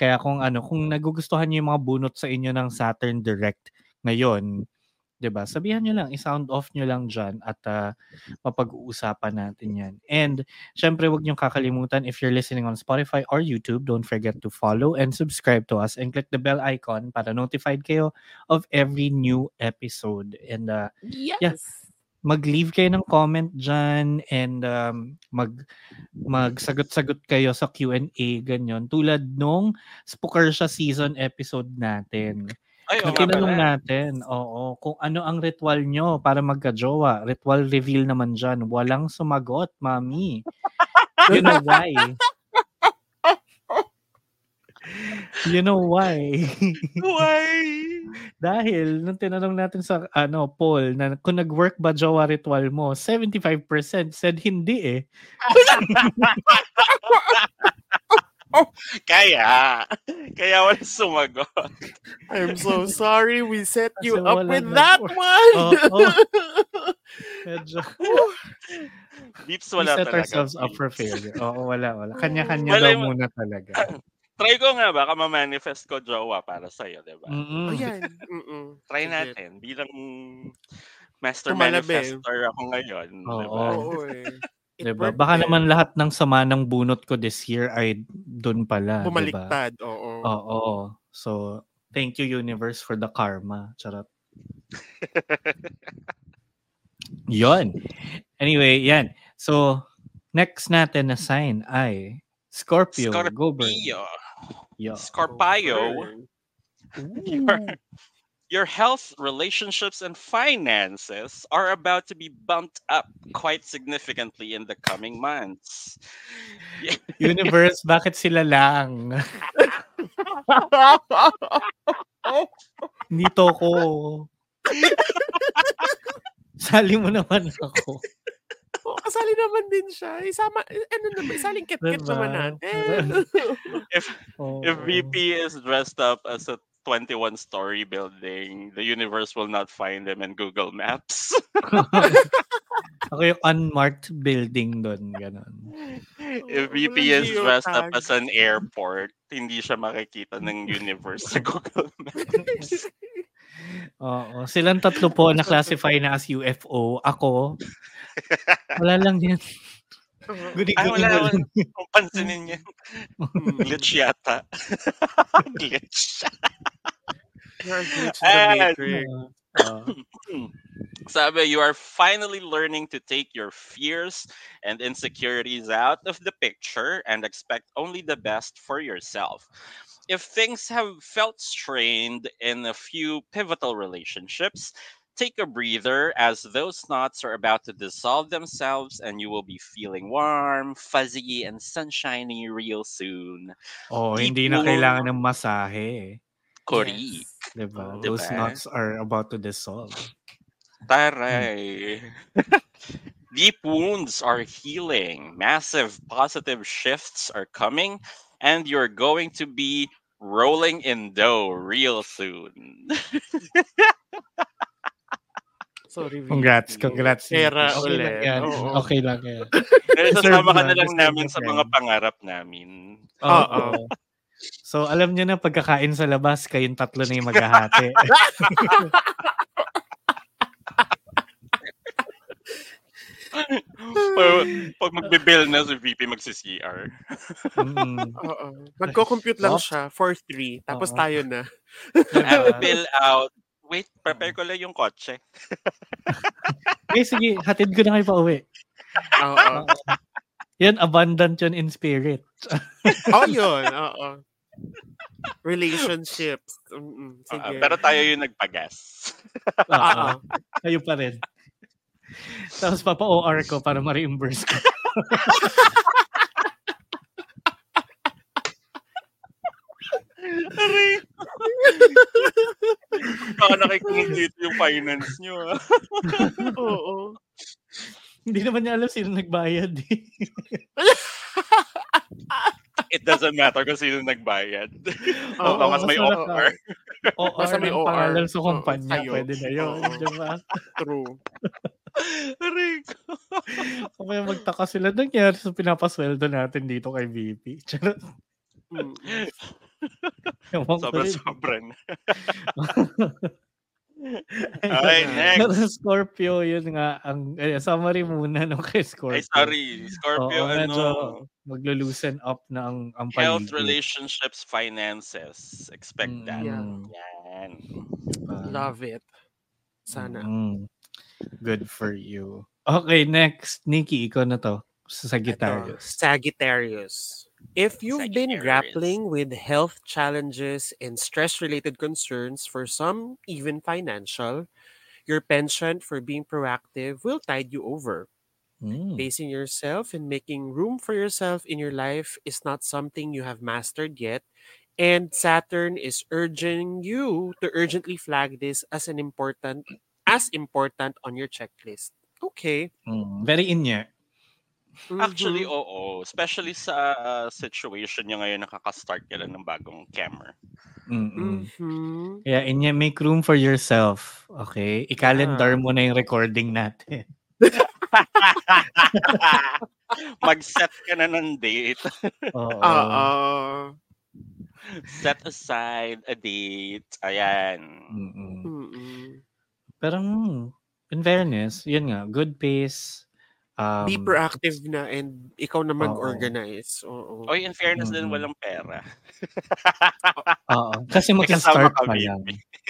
Speaker 2: Kaya kung ano, kung nagugustuhan niyo yung mga bunot sa inyo ng Saturn Direct ngayon, 'di 'Di ba? Sabihan nyo lang, i-sound off nyo lang dyan at ah, mapag-uusapan natin yan. And syempre, huwag nyo kakalimutan if you're listening on Spotify or YouTube, don't forget to follow and subscribe to us and click the bell icon para notified kayo of every new episode. And uh,
Speaker 4: Yes.
Speaker 2: mag-leave kayo ng comment dyan and um, mag magsagot-sagot kayo sa Q&A ganyan tulad nung Spookersha season episode natin.
Speaker 1: Ay,
Speaker 2: Na
Speaker 1: oo nga
Speaker 2: tinanong
Speaker 1: pala.
Speaker 2: natin, oo, kung ano ang ritual nyo para magka-jowa. Ritual reveal naman dyan. Walang sumagot, mami. You know why? You know why?
Speaker 1: Why?
Speaker 2: Dahil nung tinanong natin sa ano poll na kung nag-work ba jowa ritual mo, 75% said hindi eh.
Speaker 1: Kaya, kaya wala sumagot.
Speaker 3: I'm so sorry we set you
Speaker 2: Kasi
Speaker 3: up
Speaker 2: wala
Speaker 3: with
Speaker 2: na Oh.
Speaker 3: that
Speaker 2: po.
Speaker 3: one.
Speaker 2: Oo. Medyo
Speaker 1: Beeps
Speaker 2: we
Speaker 1: wala
Speaker 2: set
Speaker 1: talaga. Mm.
Speaker 2: ourselves up for failure. Oo, wala, wala. Kanya-kanya
Speaker 1: Wala
Speaker 2: daw
Speaker 1: yung-
Speaker 2: muna talaga.
Speaker 1: Diba? Try ko nga ba, manifest ko jowa para sa'yo, di ba?
Speaker 2: Mm-mm.
Speaker 3: Ayan. Oh, Mm-mm.
Speaker 1: Try
Speaker 3: Legit.
Speaker 1: natin. Bilang master
Speaker 3: Tumalabi.
Speaker 1: manifester ako ngayon. diba? di ba?
Speaker 2: Oo.
Speaker 3: Oo eh. It
Speaker 2: Diba?
Speaker 3: worked
Speaker 2: Baka
Speaker 3: eh.
Speaker 2: naman lahat ng sama ng bunot ko this year ay doon pala. diba? Oh.
Speaker 3: Bumaliktad,
Speaker 1: Mm.
Speaker 3: oo.
Speaker 2: Oo. So, thank you universe for the karma. Charot. Yon. Anyway, yan. So, next natin na sign ay Scorpio. Go Bird.
Speaker 1: Scorpio.
Speaker 2: Yo.
Speaker 1: Scorpio.
Speaker 3: Burn.
Speaker 1: Your health, relationships, and finances are about to be bumped up quite significantly in the coming months.
Speaker 2: Universe, bakit sila lang?
Speaker 3: Oh,
Speaker 2: Nito ko. Sali mo naman ako.
Speaker 3: Oo, oh, kasali naman din siya. Isama, eh, ano naman, isaling kit-kit
Speaker 2: Diba?
Speaker 3: naman natin.
Speaker 2: Oo.
Speaker 1: If VP is dressed up as a 21 story building, the universe will not find him in Google Maps.
Speaker 2: Ako yung unmarked building doon. Ganon.
Speaker 1: If
Speaker 3: Oo, walang
Speaker 1: VP is dressed up
Speaker 3: geotag.
Speaker 1: as an airport, hindi siya makikita ng universe sa Google Maps.
Speaker 2: Oo. Silang tatlo po na-classify na as UFO. Ako, wala lang yan. Guni-guni
Speaker 1: Ay, wala,
Speaker 2: mo
Speaker 1: wala.
Speaker 2: lang.
Speaker 1: Kung pansinin niya,
Speaker 3: Mm.
Speaker 1: glitch yata. glitch.
Speaker 3: You're a glitch in the
Speaker 1: Ayan.
Speaker 3: matrix.
Speaker 2: Oo.
Speaker 3: Oh.
Speaker 1: Sabi, you are finally learning to take your fears and insecurities out of the picture and expect only the best for yourself. If things have felt strained in a few pivotal relationships, take a breather as those knots are about to dissolve themselves and you will be feeling warm, fuzzy, and sunshiny real soon.
Speaker 2: Oo, hindi na
Speaker 1: Tipo-
Speaker 2: kailangan ng masahe. eh.
Speaker 1: Kori.
Speaker 3: Yes.
Speaker 2: Diba?
Speaker 3: Oo.
Speaker 2: Those
Speaker 1: Diba?
Speaker 2: knots are about to dissolve.
Speaker 1: Taray.
Speaker 3: Hmm.
Speaker 1: Deep wounds are healing. Massive positive shifts are coming, and you're going to be rolling in dough real soon.
Speaker 3: Sorry, VP.
Speaker 2: Congrats, congrats.
Speaker 3: Pera
Speaker 2: okay
Speaker 3: ulit.
Speaker 2: Lang yan.
Speaker 3: Oo.
Speaker 2: Okay lang yan.
Speaker 1: Nasasama ka na
Speaker 2: Deserve
Speaker 1: lang
Speaker 2: na,
Speaker 1: namin
Speaker 2: deserve
Speaker 1: sa
Speaker 2: na,
Speaker 1: mga
Speaker 2: friend.
Speaker 1: pangarap namin.
Speaker 3: Oo.
Speaker 2: Oo. So, alam nyo na, pagkakain sa labas, kayong tatlo na yung maghahati.
Speaker 1: Pag, pag magbibill na si VP, magsi-CR.
Speaker 2: Mm-mm.
Speaker 3: Oo. Magko-compute lang siya for 3. Tapos
Speaker 2: Oo.
Speaker 3: tayo na.
Speaker 1: Ang
Speaker 3: Ah.
Speaker 2: Diba?
Speaker 1: bill out. Wait, prepare ko lang yung kotse.
Speaker 2: Eh, sige, hatid ko na kayo pa uwi.
Speaker 3: Oo.
Speaker 2: Yan, abundant yun in spirit.
Speaker 3: Oo, Oh, yun. Oo. Relationships. Mm-mm.
Speaker 1: Ah,
Speaker 3: Sige.
Speaker 1: pero tayo yung nagpagas.
Speaker 2: Oo.
Speaker 3: Oo.
Speaker 2: Kayo pa rin. Tapos papa-OR ko para ma-reimburse ko.
Speaker 1: Aray! Baka nakikomplete yung finance nyo. ah.
Speaker 3: Oo.
Speaker 2: Hindi naman niya alam sino nagbayad. eh.
Speaker 1: It doesn't matter kung sino nagbayad.
Speaker 3: Oo,
Speaker 1: Baka mas may
Speaker 2: masarap
Speaker 1: offer.
Speaker 2: OR
Speaker 3: Basta may
Speaker 2: ng
Speaker 3: OR.
Speaker 2: pangalan sa
Speaker 3: Oo,
Speaker 2: kumpanya,
Speaker 3: sa'yo.
Speaker 2: pwede na yun.
Speaker 3: Oo.
Speaker 2: Diba?
Speaker 3: True.
Speaker 1: Aray ko.
Speaker 2: O kaya magtaka sila, nangyari sa pinapasweldo natin dito kay VP. Charot.
Speaker 3: Mm.
Speaker 2: Ewan ko rin.
Speaker 1: Sobra-sobra na. Okay, next.
Speaker 2: Pero Scorpio, yun nga. Ang, eh, summary muna no kay Scorpio.
Speaker 1: Ay, sorry. Scorpio,
Speaker 2: Oo,
Speaker 1: ano?
Speaker 2: medyo maglo-loosen up na ang, ang paligid,
Speaker 1: Health, relationships, finances.
Speaker 2: Mm,
Speaker 1: Expect that.
Speaker 3: yeah.
Speaker 1: Yan.
Speaker 2: diba?
Speaker 3: Love it. Sana.
Speaker 2: Mm. Good for you. Okay, next. Nikki, ikaw na to. Sa
Speaker 3: Ito,
Speaker 2: Sagittarius.
Speaker 3: Sagittarius. If you've been
Speaker 1: Sagittarius.
Speaker 3: grappling with health challenges and stress related concerns, for some even financial, your penchant for being proactive will tide you over.
Speaker 1: Hmm.
Speaker 2: Mm.
Speaker 3: Facing yourself and making room for yourself in your life is not something you have mastered yet, and Saturn is urging you to urgently flag this as an important as important on your checklist. Okay.
Speaker 2: Mm. Very inya.
Speaker 1: Actually,
Speaker 3: Mhm.
Speaker 1: oo. Especially sa uh, situation nyo ngayon, nakaka-start ka lang ng bagong camera. mm.
Speaker 2: Mm-mm.
Speaker 3: Mhm.
Speaker 2: Kaya inya, make room for yourself. Okay? I-calendar mo na yung recording natin.
Speaker 1: Ah. Mag-set ka na ng date.
Speaker 2: Oo.
Speaker 3: Oo.
Speaker 1: Set aside a date. Ayan.
Speaker 2: Mm-mm.
Speaker 3: Mm-mm.
Speaker 2: Pero mm, in fairness, yun nga, good pace. Um,
Speaker 3: Be proactive na and ikaw na mag-organize. Oo.
Speaker 1: Oy, in fairness
Speaker 2: Mm.
Speaker 1: din, walang pera.
Speaker 2: oo. kasi
Speaker 1: May
Speaker 2: mag-start
Speaker 1: kasama ka,
Speaker 2: pa
Speaker 1: baby.
Speaker 2: lang.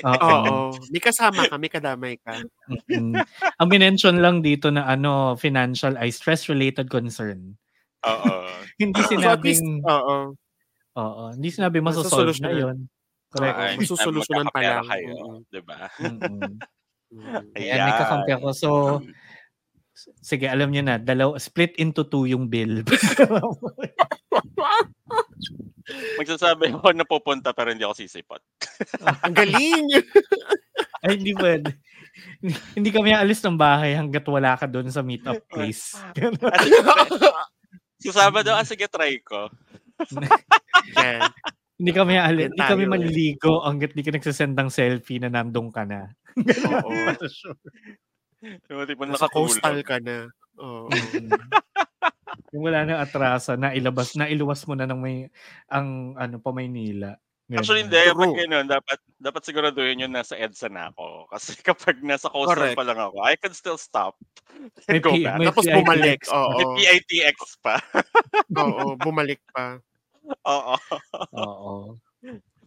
Speaker 2: Oo.
Speaker 3: Oo. May kasama ka, may kadamay ka.
Speaker 2: Mm-mm. Ang minention lang dito na ano, financial ay stress-related concern.
Speaker 1: Oo.
Speaker 2: Hindi
Speaker 3: So at
Speaker 2: sinabing,
Speaker 3: least, oo.
Speaker 2: oo, hindi sinabing masosolve na
Speaker 3: Masosolusyonan.
Speaker 2: yun.
Speaker 1: Ay,
Speaker 3: Oo,
Speaker 2: Correct.
Speaker 3: masusolusyonan pa
Speaker 1: magkakapera
Speaker 3: lang. Mm,
Speaker 1: Kayo,
Speaker 3: Mm-mm.
Speaker 1: diba?
Speaker 2: Mm-mm.
Speaker 3: Mm-mm.
Speaker 2: Ayan, may kakampi ako. So, s- sige, alam niyo na, dalaw, split into two yung bill.
Speaker 1: Magsasabi ako na pupunta pero hindi ako sisipot.
Speaker 3: Ang galing!
Speaker 2: Ay, hindi pwede. hindi kami alis ng bahay hanggat wala ka doon sa meetup place.
Speaker 1: Sa Sabado, ah, sige, try ko.
Speaker 3: Yan.
Speaker 2: Hindi kami alin,
Speaker 3: Yan
Speaker 2: hindi kami
Speaker 3: tayo eh.
Speaker 2: maliligo hanggat di ka nagsasend ng selfie na nandun ka na.
Speaker 3: Oo.
Speaker 1: Yung tipo
Speaker 3: Nasa coastal
Speaker 1: nakatulog.
Speaker 3: ka na. Oo.
Speaker 2: Yung wala nang atrasa, nailabas, nailuwas mo na ng may, ang ano pa Maynila. Ganun.
Speaker 1: Actually, hindi. Pag
Speaker 3: True.
Speaker 1: ganun, dapat, dapat siguraduhin yun nasa EDSA na ako. Kasi kapag nasa coastal
Speaker 3: Correct.
Speaker 1: pa lang ako, I can still stop.
Speaker 2: May
Speaker 1: And go
Speaker 2: P-
Speaker 1: back.
Speaker 2: may-
Speaker 3: Tapos
Speaker 2: PITX.
Speaker 3: bumalik.
Speaker 1: May
Speaker 3: Oo.
Speaker 1: PITX pa.
Speaker 3: Oo. Bumalik pa.
Speaker 1: Oo.
Speaker 2: Oo.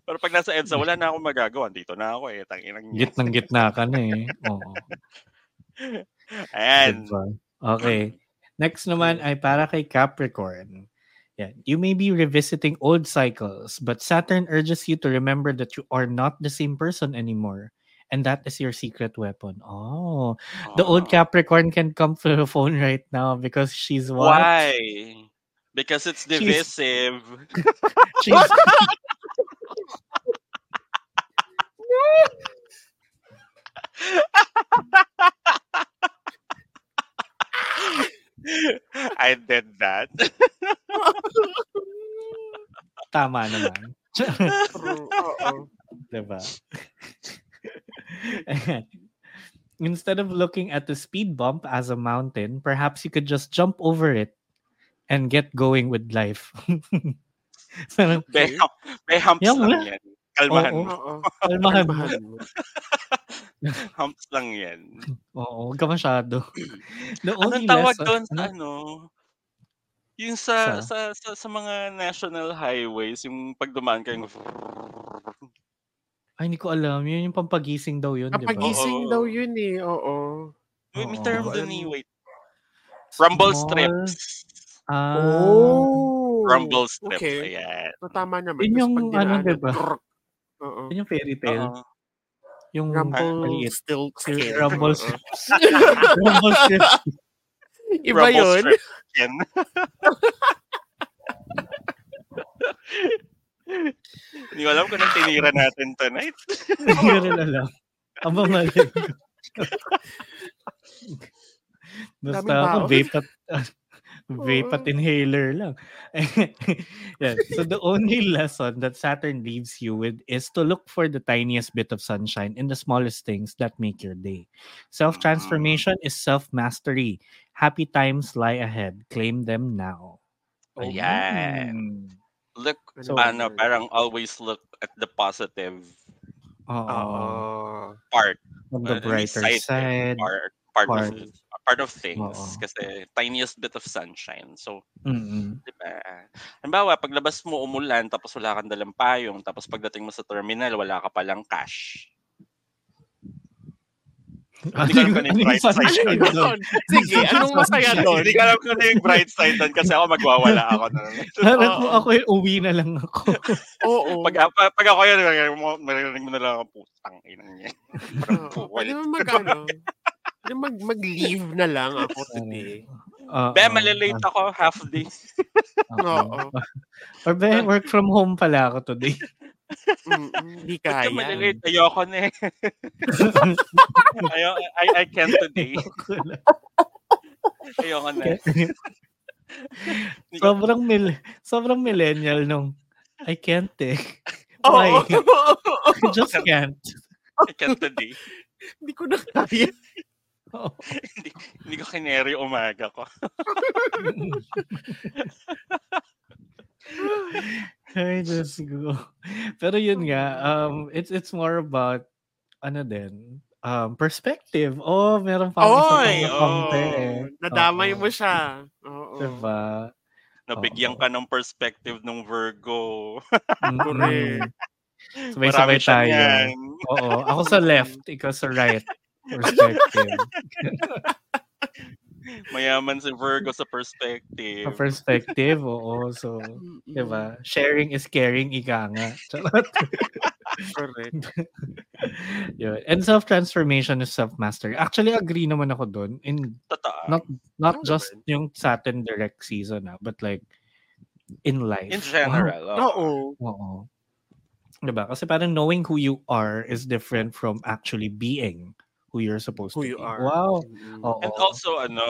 Speaker 1: Pero pag nasa EDSA, wala na akong magagawa. Dito na ako eh. Tanginang
Speaker 2: Git ng gitna ka na eh. Oo.
Speaker 1: Ayan.
Speaker 2: Diba? Okay. Next naman ay para kay Capricorn. Yeah. You may be revisiting old cycles, but Saturn urges you to remember that you are not the same person anymore. And that is your secret weapon. Oh. The
Speaker 1: Ah.
Speaker 2: old Capricorn can come through the phone right now because she's what?
Speaker 1: Why? Because it's
Speaker 2: She's-
Speaker 1: divisive.
Speaker 2: She's,
Speaker 1: I did that.
Speaker 2: tama naman.
Speaker 3: True. Oo.
Speaker 2: diba? Ayan. Instead of looking at the speed bump as a mountain, perhaps you could just jump over it and get going with life. Parang,
Speaker 1: May, hump- may humps
Speaker 2: Yan,
Speaker 1: lang
Speaker 2: wala.
Speaker 1: yan. Kalmahan
Speaker 2: Oo.
Speaker 1: mo.
Speaker 3: Oo.
Speaker 2: kalmahan mo.
Speaker 3: Kalmahan mo.
Speaker 1: Humps lang yan.
Speaker 2: Oo, huwag ka masyado. The
Speaker 1: Anong
Speaker 2: only
Speaker 1: tawag
Speaker 2: lesson-
Speaker 1: doon sa
Speaker 2: ano?
Speaker 1: ano? Yung sa,
Speaker 2: Sa?
Speaker 1: sa, sa, sa mga national highways, yung pagdumaan ka yung...
Speaker 2: Ay, hindi ko alam. Yun yung pampagising daw yun, di ba?
Speaker 1: Oo.
Speaker 3: Kapagising daw yun eh. Oo.
Speaker 1: May, may
Speaker 2: Oo.
Speaker 1: term
Speaker 3: Hindi ko
Speaker 1: doon
Speaker 3: alam.
Speaker 1: eh, wait. Rumble
Speaker 2: Small-
Speaker 1: strips.
Speaker 2: Ah,
Speaker 3: Oh.
Speaker 1: Rumble strips,
Speaker 3: Okay.
Speaker 1: ayan.
Speaker 3: So, tama naman.
Speaker 2: Yun
Speaker 3: Tapos
Speaker 2: yung
Speaker 3: pag
Speaker 2: ano,
Speaker 3: dinaanan,
Speaker 2: diba?
Speaker 3: trrrk. Oo.
Speaker 2: yun yung fairy tale.
Speaker 1: Oo.
Speaker 2: Yung
Speaker 3: Rumble
Speaker 2: maliit.
Speaker 3: still
Speaker 2: Yung
Speaker 3: skin.
Speaker 2: Rumble
Speaker 3: Oo.
Speaker 2: strips. Rumble strips.
Speaker 3: Iba
Speaker 1: Rumble
Speaker 3: yun.
Speaker 1: strips yan. Hindi ko alam kung anong tinira natin tonight.
Speaker 2: Hindi ko rin alam. Ang mamalig ko. Basta
Speaker 3: Daming
Speaker 2: ako,
Speaker 3: tao.
Speaker 2: vape at, vape
Speaker 3: Oo.
Speaker 2: at inhaler lang. yeah. So the only lesson that Saturn leaves you with is to look for the tiniest bit of sunshine in the smallest things that make your day. Self-transformation is self-mastery. Happy times lie ahead. Claim them now. Oh,
Speaker 3: Oh,
Speaker 1: Ayan.
Speaker 2: Mm.
Speaker 1: Look,
Speaker 2: So,
Speaker 1: ano, parang always look at the positive
Speaker 2: Oo.
Speaker 3: Oo.
Speaker 1: part
Speaker 2: From the
Speaker 1: Well, at least
Speaker 2: brighter
Speaker 1: I think
Speaker 2: side.
Speaker 1: Part, part,
Speaker 2: part.
Speaker 1: Of, part of things.
Speaker 2: Oo.
Speaker 1: Kasi tiniest bit of sunshine. So,
Speaker 2: Mm-mm.
Speaker 1: di ba? Halimbawa, paglabas mo umulan, tapos wala kang dalang payong, tapos pagdating mo sa terminal, wala ka palang cash.
Speaker 2: Ano
Speaker 1: ko alam
Speaker 2: yung-
Speaker 1: kung ano
Speaker 2: ano
Speaker 1: yung
Speaker 2: yung
Speaker 1: bright side
Speaker 2: sunshine
Speaker 1: doon.
Speaker 2: doon?
Speaker 3: Yun. Sige, anong masaya doon?
Speaker 1: Hindi ko alam kung ano yung bright side doon kasi ako magwawala ako nun.
Speaker 2: Harap mo
Speaker 3: Oo.
Speaker 2: ako, eh, uwi na lang ako.
Speaker 3: Oo.
Speaker 1: Pag, pag, pag ako yun, marinig mo na lang ako, putang ina niya. Parang
Speaker 3: Oo,
Speaker 1: buwal.
Speaker 3: Pwede mo mag, ano, pwede mag, mag-leave na lang ako today.
Speaker 2: Oo.
Speaker 1: Be, malilate ako half day.
Speaker 2: Oo.
Speaker 3: Oo.
Speaker 2: Or be, work from home pala ako today.
Speaker 3: Mm, Hindi
Speaker 1: Kaya
Speaker 3: kaya.
Speaker 1: malilate, ayoko na eh. Ayo, I, I can't today. Ayoko na. Hindi ko-
Speaker 2: sobrang mil sobrang millennial nung I can't eh. Why?
Speaker 3: Oo.
Speaker 2: I just can't.
Speaker 1: I can't today.
Speaker 3: Hindi ko na kaya.
Speaker 2: Oo.
Speaker 1: Hindi ko kineri yung umaga ko.
Speaker 2: Ay, Diyos ko. Pero yun nga, um, it's it's more about, ano din, um, perspective. Oh, meron pa akong isang
Speaker 3: Oy!
Speaker 2: mga
Speaker 3: Oh,
Speaker 2: konti eh.
Speaker 3: nadamay
Speaker 2: Oo.
Speaker 3: mo siya. Oo.
Speaker 2: Diba?
Speaker 1: Nabigyan
Speaker 2: Oo.
Speaker 1: ka ng perspective ng Virgo.
Speaker 2: Mm-mm.
Speaker 3: Correct.
Speaker 2: Sabay-sabay
Speaker 1: Marami siya
Speaker 2: tayo.
Speaker 1: niyan.
Speaker 2: Oo. Ako sa left, ikaw sa right. Perspective.
Speaker 1: Mayaman si Virgo sa perspective.
Speaker 2: Sa perspective, oo. So,
Speaker 3: Mm-mm.
Speaker 2: diba? Sharing is caring, ika nga. Charot.
Speaker 3: Correct.
Speaker 2: Yun. And self-transformation is self-mastery. Actually, agree naman ako doon. In
Speaker 1: Totoo.
Speaker 2: Not- not
Speaker 3: Oo
Speaker 2: just yung sa atin direct season, ah, but like, in life.
Speaker 1: In general. oo.
Speaker 3: Oo.
Speaker 2: Oo. Diba? Kasi parang knowing who you are is different from actually being who you're supposed
Speaker 3: Who
Speaker 2: to
Speaker 3: you
Speaker 2: be.
Speaker 3: are.
Speaker 2: Wow.
Speaker 3: Mm-mm.
Speaker 2: Oo.
Speaker 1: And also, ano,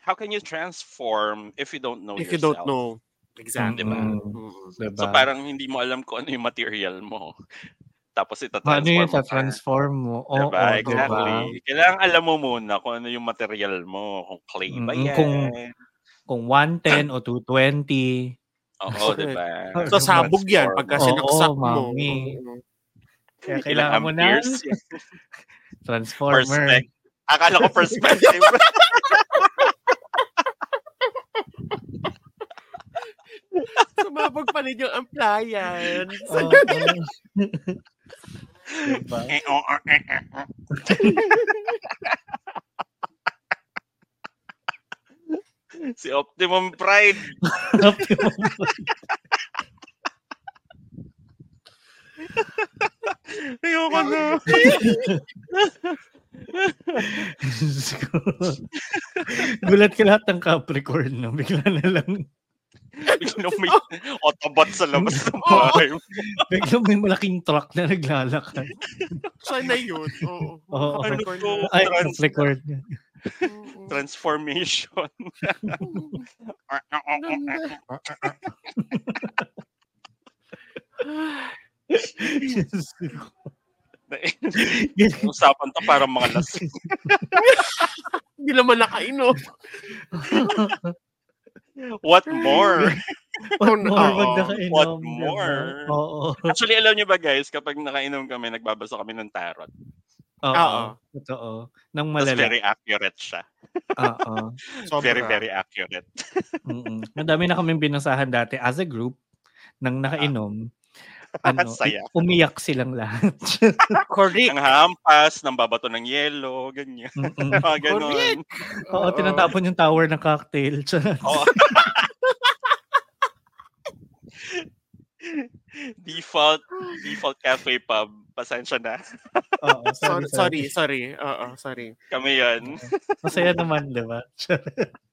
Speaker 1: how can you transform if you don't know
Speaker 3: If you
Speaker 1: yourself?
Speaker 3: don't know. Mm. Exactly.
Speaker 1: Diba?
Speaker 2: Mm-mm.
Speaker 3: Mm-mm.
Speaker 2: Mm. Diba?
Speaker 1: So parang hindi mo alam kung ano yung material mo. Tapos
Speaker 2: Paano
Speaker 1: itatransform
Speaker 2: yun
Speaker 1: mo. pa.
Speaker 2: transform mo? Oo,
Speaker 1: diba?
Speaker 2: diba?
Speaker 1: exactly. Kailangan alam mo muna kung ano yung material mo. Kung clay ba
Speaker 2: Mm,
Speaker 1: yan?
Speaker 2: kung- Kung 110 o 220.
Speaker 1: Oo, diba?
Speaker 2: Correct.
Speaker 3: So sabog yan pagka
Speaker 2: Oo,
Speaker 3: sinaksak mo. Mm.
Speaker 2: mami.
Speaker 3: Oo.
Speaker 2: Kaya kailangan mo na
Speaker 1: amperes yan.
Speaker 2: transformer.
Speaker 1: Perspec- Akala ko perspective.
Speaker 3: Sumabog pa rin yung appliance.
Speaker 2: Oo, oo. diba?
Speaker 1: Eh, oo, eh, eh, eh. si Optimum Pride. Ayoko na.
Speaker 2: Diyos ko. Gulat ka lahat ng Capricorn, no? Bigla na lang,
Speaker 1: Biglang may Autobot sa labas ng bahay.
Speaker 2: bigla may malaking truck na naglalakad.
Speaker 3: Siya na yun. Oo.
Speaker 2: Oo.
Speaker 1: Ano
Speaker 3: Capricorn
Speaker 1: to?
Speaker 3: na.
Speaker 2: Ay,
Speaker 1: Trans-
Speaker 2: Capricorn.
Speaker 3: Oo.
Speaker 1: Transformation.
Speaker 3: Mm.
Speaker 1: Ah, ah, ah, ah, ah.
Speaker 2: Diyos ko.
Speaker 1: Usapan to para mga lasing.
Speaker 3: Hindi naman nakainom.
Speaker 1: What more?
Speaker 2: What
Speaker 3: Oo,
Speaker 2: more
Speaker 3: oo.
Speaker 2: pag nakainom,
Speaker 1: What
Speaker 2: diba?
Speaker 1: more?
Speaker 2: Oo.
Speaker 1: Actually, alam niyo ba guys, kapag nakainom kami, nagbabasa kami ng tarot.
Speaker 2: Oo.
Speaker 3: Oo.
Speaker 2: Totoo. Nang
Speaker 1: Tapos
Speaker 2: malala.
Speaker 1: very accurate siya.
Speaker 2: Oo.
Speaker 3: Sobra.
Speaker 1: Very, very accurate.
Speaker 2: Mm-mm. Madami na kaming binasahan dati as a group nang nakainom. Ano,
Speaker 1: Ah. Saya.
Speaker 2: umiyak silang lahat.
Speaker 3: Correct.
Speaker 1: Ang hampas, ng babato ng yelo, ganyan.
Speaker 2: Mm-mm.
Speaker 1: Mga ganon.
Speaker 3: Correct.
Speaker 2: Oo, tinatapon yung tower ng cocktail.
Speaker 1: Oo. default, default cafe pub. Pasensya na.
Speaker 2: Oo,
Speaker 3: Sorry, sorry, sorry. Oo, sorry.
Speaker 1: Kami yun.
Speaker 2: Masaya naman, di ba?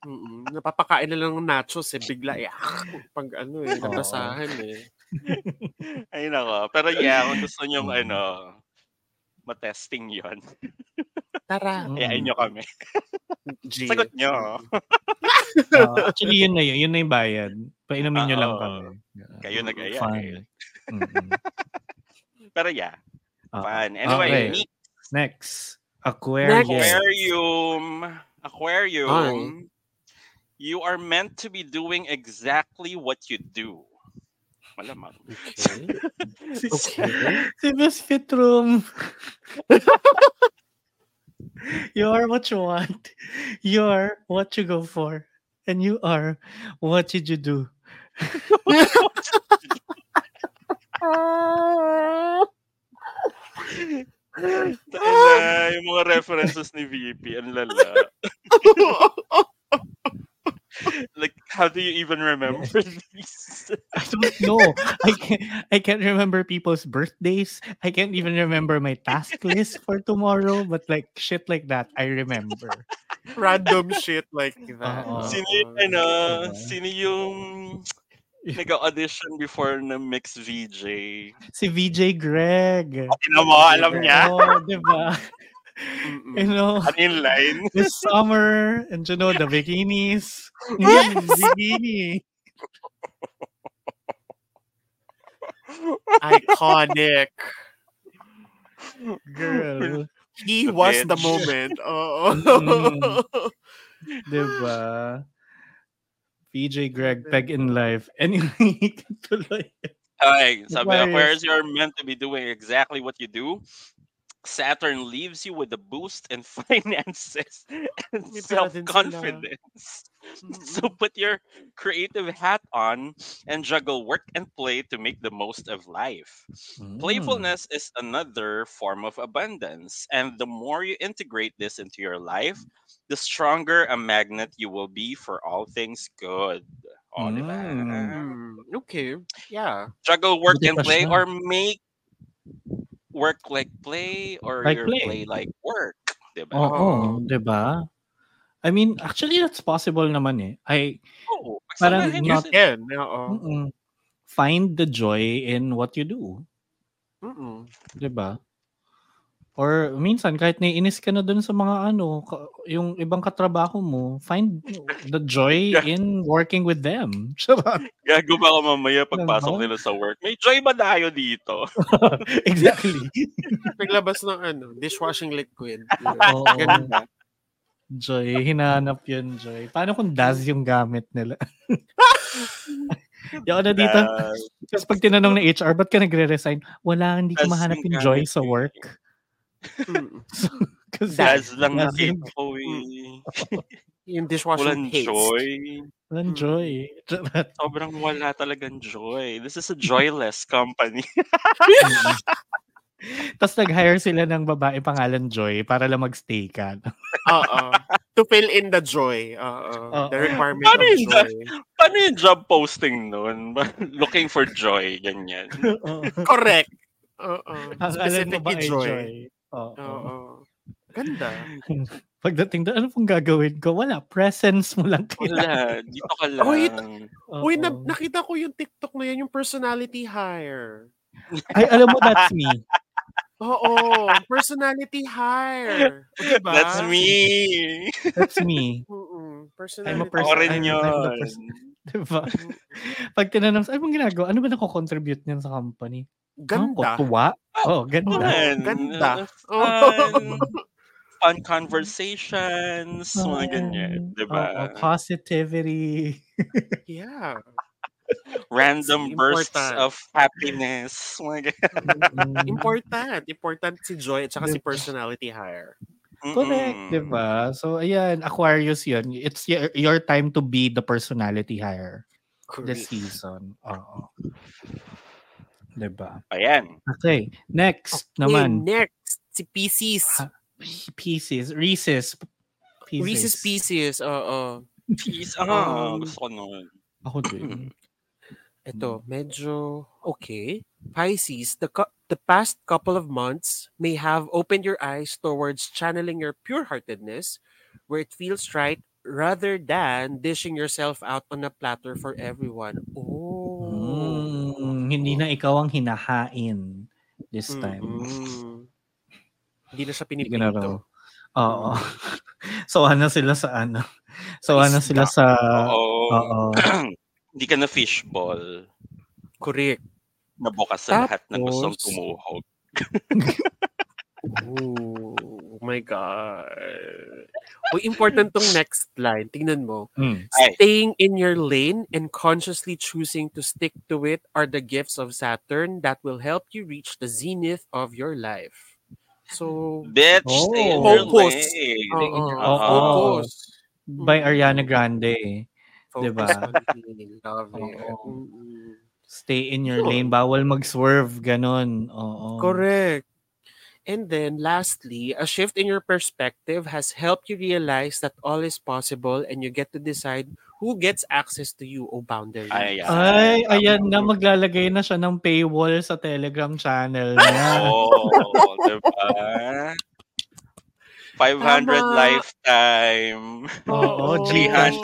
Speaker 3: Mm-mm. Napapakain na lang ng nachos eh. Bigla eh. Pag ano eh, natasahan eh.
Speaker 1: Ay nako. Pero yeah, kung gusto nyo ano, matesting yon
Speaker 3: Tara,
Speaker 2: Mm.
Speaker 1: Ayain nyo kami.
Speaker 3: G.
Speaker 1: Sagot nyo.
Speaker 2: Oo, actually, yun na yun. Yun na yung bayad. Painumin nyo lang
Speaker 1: Oo.
Speaker 2: kami.
Speaker 1: Kayo
Speaker 3: Mm,
Speaker 1: nag-aya.
Speaker 2: Fine. Mm-mm.
Speaker 1: Pero yeah,
Speaker 2: Oo.
Speaker 1: fun. Anyway,
Speaker 2: Ah. Okay.
Speaker 1: Nick,
Speaker 2: Next. Aquarius.
Speaker 1: aquarium. Aquarium.
Speaker 3: Hi.
Speaker 1: You are meant to be doing exactly what you do. Malamang.
Speaker 3: Okay.
Speaker 2: Si Miss Fitroom. You are what you want. You are what you go for. And you are what did you do?
Speaker 3: Ah.
Speaker 1: na, yung mga references ni VP, ang lala. Like, how do you even remember these?
Speaker 2: I don't know. I can't, I can't remember people's birthdays. I can't even remember my task list for tomorrow. But like shit like that, I remember.
Speaker 3: Random shit like that.
Speaker 2: Oo.
Speaker 1: Sino yung,
Speaker 3: Oh,
Speaker 1: ano,
Speaker 2: diba?
Speaker 1: sino yung nag-audition before na Mix VJ?
Speaker 2: Si VJ Greg.
Speaker 1: Tingnan mo, alam niya. Mm.
Speaker 2: Oh, diba?
Speaker 3: Mm-mm.
Speaker 2: You know,
Speaker 1: Ano yung line?
Speaker 2: this summer, and you know, the bikinis. Mm, bikini.
Speaker 3: Iconic.
Speaker 2: Girl.
Speaker 3: He
Speaker 1: The
Speaker 3: was the
Speaker 1: bitch.
Speaker 3: moment.
Speaker 2: Mm.
Speaker 3: Oo.
Speaker 2: Diba? VJ Greg, peg in life. Anyway, tuloy.
Speaker 1: Okay, sabi
Speaker 2: Aquarius.
Speaker 1: Aquarius, you're meant to be doing exactly what you do. Saturn leaves you with a boost in finances and
Speaker 3: May
Speaker 1: self
Speaker 3: pala din sila.
Speaker 1: confidence. So put your creative hat on and juggle work and play to make the most of life.
Speaker 3: Mm.
Speaker 1: Playfulness is another form of abundance, and the more you integrate this into your life, the stronger a magnet you will be for all things good. Oh, di ba?
Speaker 2: Mm.
Speaker 3: Mm, okay. Yeah.
Speaker 1: juggle work
Speaker 2: Buti
Speaker 1: and
Speaker 2: pa
Speaker 1: play
Speaker 2: siya.
Speaker 1: or make work like play or
Speaker 2: Like
Speaker 1: your
Speaker 2: play.
Speaker 1: play. like work. Diba?
Speaker 2: Oo,
Speaker 3: Oo.
Speaker 2: diba? I mean, actually, that's possible naman eh. I,
Speaker 1: Oo, pag
Speaker 2: Parang
Speaker 1: sanayin
Speaker 2: not-
Speaker 1: kasi-
Speaker 3: Yan. Oo.
Speaker 2: mm-mm, find the joy in what you do.
Speaker 3: Mm-mm.
Speaker 2: Diba? Or minsan, kahit naiinis ka na dun sa mga ano, ka- yung ibang katrabaho mo, find the joy
Speaker 1: Yeah.
Speaker 2: in working with them. Charot.
Speaker 1: Gago ba ako mamaya pagpasok
Speaker 2: Ano?
Speaker 1: nila sa work? May joy ba tayo dito?
Speaker 2: exactly.
Speaker 3: Naglabas ng ano, dishwashing liquid.
Speaker 2: Oo.
Speaker 3: Ganun ba?
Speaker 2: Joy, hinahanap yun, Joy. Paano kung Daz yung gamit nila? Yung na dito.
Speaker 1: Ah,
Speaker 2: Tapos pag tinanong na HR, ba't ka nagre-resign? Wala, hindi ko
Speaker 1: Daz
Speaker 2: mahanap
Speaker 1: yung
Speaker 2: yung Joy
Speaker 1: gamit
Speaker 2: sa
Speaker 1: eh.
Speaker 2: work.
Speaker 3: Mm.
Speaker 2: Kasi
Speaker 1: Daz lang na
Speaker 2: Daz yung-
Speaker 1: ko eh.
Speaker 3: Yung dishwashing
Speaker 1: Walang
Speaker 3: paste.
Speaker 1: joy.
Speaker 2: walang Joy. Charot.
Speaker 1: Sobrang wala talagang joy. This is a joyless company.
Speaker 2: Mm. Tapos nag-hire sila ng babae pangalan Joy para lang mag-stay ka.
Speaker 3: Oo. To fill in the joy. Oo. The
Speaker 2: Oo.
Speaker 3: requirement
Speaker 1: Paano
Speaker 3: of
Speaker 1: yun, Daz?
Speaker 3: joy.
Speaker 1: Paano yung job posting nun? Looking for joy, ganyan.
Speaker 2: Oo.
Speaker 3: Correct. Oo.
Speaker 2: Ang alam mo ba
Speaker 3: Specifically
Speaker 2: ay
Speaker 3: joy.
Speaker 2: Joy? Oo.
Speaker 3: Oo. Ganda.
Speaker 2: Pagdating doon, ano pong gagawin ko? Wala, presence mo lang kailangan.
Speaker 1: Wala, dito ka lang.
Speaker 3: Wait.
Speaker 2: Oo.
Speaker 3: Uy, na- nakita ko yung TikTok na yan, yung personality hire.
Speaker 2: Ay, alam mo, that's me.
Speaker 3: Oo, personality hire.
Speaker 2: Oh,
Speaker 3: O, diba?
Speaker 1: That's me.
Speaker 2: That's me.
Speaker 3: Mm-mm,
Speaker 2: I'm
Speaker 3: personality.
Speaker 2: a
Speaker 1: Ako
Speaker 2: person.
Speaker 1: rin
Speaker 2: I'm- I'm the
Speaker 1: yun.
Speaker 2: person. Diba?
Speaker 3: Mm.
Speaker 2: Pag tinanong, sa- ay, mong ginagawa? Ano ba nako-contribute niyan sa company?
Speaker 3: Ganda.
Speaker 2: Ako, tuwa? Oo,
Speaker 3: Oo,
Speaker 2: ganda.
Speaker 1: Fun.
Speaker 3: ganda.
Speaker 1: Uh,
Speaker 3: Oh,
Speaker 1: Fun. Fun conversations. mga ganyan.
Speaker 2: Um, oo,
Speaker 1: Diba?
Speaker 2: positivity.
Speaker 3: yeah.
Speaker 1: Random bursts
Speaker 3: Important.
Speaker 1: of happiness. Mga ganyan.
Speaker 2: Mm.
Speaker 3: Important. Important si joy at saka si personality hire.
Speaker 2: Correct,
Speaker 1: Mm-mm.
Speaker 2: di ba? So, ayan, Aquarius yun. It's your, your time to be the personality hire this season. Oo. Di ba?
Speaker 1: Ayan.
Speaker 2: Okay, next
Speaker 3: Okay,
Speaker 2: naman. Ah,
Speaker 3: next, si Pisces.
Speaker 2: Ha- Pieces, Reese's. Pieces.
Speaker 3: Reese's Pisces. Oo.
Speaker 1: Peace. Ah,
Speaker 3: Um,
Speaker 1: gusto ko nun.
Speaker 2: Ako din. Hmm.
Speaker 3: Ito, medyo okay. Pisces, the cou- the past couple of months may have opened your eyes towards channeling your pure-heartedness where it feels right rather than dishing yourself out on a platter for everyone. Oh.
Speaker 2: Mm, hindi na ikaw ang hinahain this time.
Speaker 3: Mm-mm. Hindi na siya
Speaker 2: Hindi ko na raw.
Speaker 3: pinipinto.
Speaker 2: Oo. so, ano sila sa ano? So, ano sila sa...
Speaker 1: Oo.
Speaker 2: Oo.
Speaker 1: Hindi ka na fishball.
Speaker 3: Correct.
Speaker 1: Nabukas sa lahat na gustong
Speaker 3: Tapos-
Speaker 1: tumuhog.
Speaker 3: Oh, my God. Uy, important tong next line. Tingnan mo.
Speaker 2: Mm.
Speaker 1: Ay.
Speaker 3: Staying in your lane and consciously choosing to stick to it are the gifts of Saturn that will help you reach the zenith of your life. So,
Speaker 1: Bitch,
Speaker 2: Oh.
Speaker 1: stay in your
Speaker 3: Focus.
Speaker 1: lane.
Speaker 3: oo, oo,
Speaker 1: Oo.
Speaker 3: focus. Mm.
Speaker 2: By Ariana Grande.
Speaker 3: Focus
Speaker 2: Diba?
Speaker 3: on healing. Love it.
Speaker 2: Oo.
Speaker 3: Mm-mm.
Speaker 2: Stay in your
Speaker 3: Sure.
Speaker 2: lane. Bawal mag-swerve. Ganon. Oo.
Speaker 3: Correct. And then lastly, a shift in your perspective has helped you realize that all is possible and you get to decide who gets access to you oh, o boundaries.
Speaker 1: Ayan.
Speaker 2: Ay, ayan na. Maglalagay na siya ng paywall sa Telegram channel niya.
Speaker 1: Oo, diba? 500
Speaker 3: Tama.
Speaker 1: lifetime.
Speaker 2: Oo.
Speaker 3: Oo.
Speaker 2: Gcash